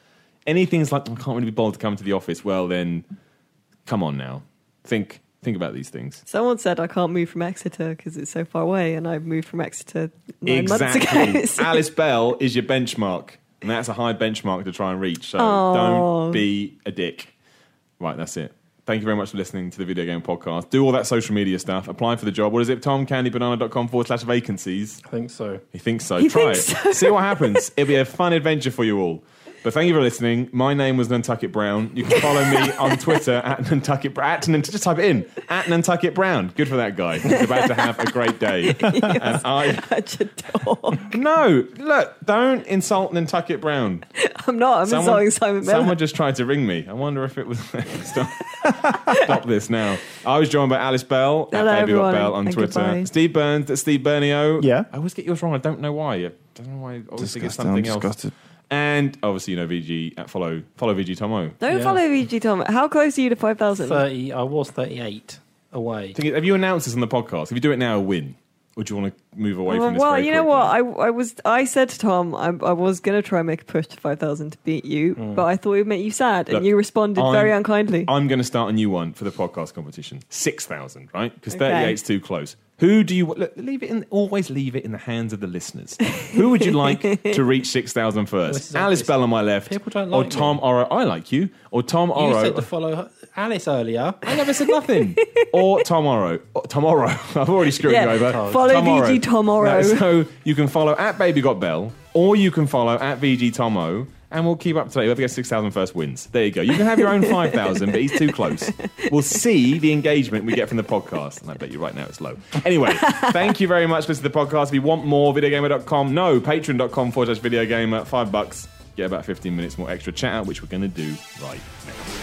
Anything's like "Oh, I can't really be bothered to come to the office. Well, then, come on now. Think think about these things.
Someone said I can't move from Exeter because it's so far away, and I moved from Exeter nine months
exactly.
ago. So-
Alice Bell is your benchmark. And that's a high benchmark to try and reach. So
Aw.
don't be a dick. Right, that's it. Thank you very much for listening to the Video Game Podcast. Do all that social media stuff. Apply for the job. What is it? TomCandyBanana.com forward slash vacancies.
I think so.
He thinks so.
He
Try
thinks
it. See what happens. It'll be a fun adventure for you all. But thank you for listening. My name was Nantucket Brown. You can follow me on Twitter at Nantucket Brown. At Nantucket, just type it in. At Nantucket Brown. Good for that guy. He's about to have a great day. And I.
Such a dog.
No, look, don't insult Nantucket Brown.
I'm not. I'm insulting Simon Miller.
Someone just tried to ring me. I wonder if it was. Stop, stop this now. I was joined by Alice Bell
Hello,
at Baby What
everyone,
Bell on
and
Twitter.
goodbye.
Steve Burns at Steve Bernio.
Yeah.
I always get yours wrong. I don't know why. I don't know why. I always think it's
Disgusted, I'm
something else.
disgusted.
And obviously, you know VG at follow follow VG Tomo.
Don't
Yeah.
follow VG Tom. How close are you to 5,000?
Thirty. I was thirty-eight away.
Think- Have you announced this on the podcast? If you do it now, win. Or do you want to move away from
Well,
this?
Uh, well
very
you know
quickly?
what? I, I was I said to Tom I, I was going to try and make a push to 5,000 to beat you, but I thought it would make you sad,
Mm. Look,
and you responded very
I'm-
unkindly.
I'm going to start a new one for the podcast competition. Six thousand, right? Because
Okay.
thirty eight's too close. Who do you look, leave it in? Always leave it in the hands of the listeners. Who would you like to reach six thousand
This
first?
is
Alice
obvious.
Bell on my left,
People don't
or
like
Tom Oro. I like you, or Tom
You said to
Oro.
follow her- Alice earlier.
I never said nothing. or Tom Oro. Or Tom Oro. I've already screwed
Yeah.
you over.
Oh. Follow VG Tom Oro.
No, so you can follow at Baby Got Bell, or you can follow at VG Tomo, and we'll keep up to date. Whoever gets 6,000 first wins. There you go. You can have your own 5,000, but he's too close. We'll see the engagement we get from the podcast. And I bet you right now it's low. Anyway, thank you very much for listening to the podcast. If you want more, videogamer.com. No, patreon.com forward slash videogamer. Five bucks. Get about 15 minutes more extra chat out, which we're going to do right now.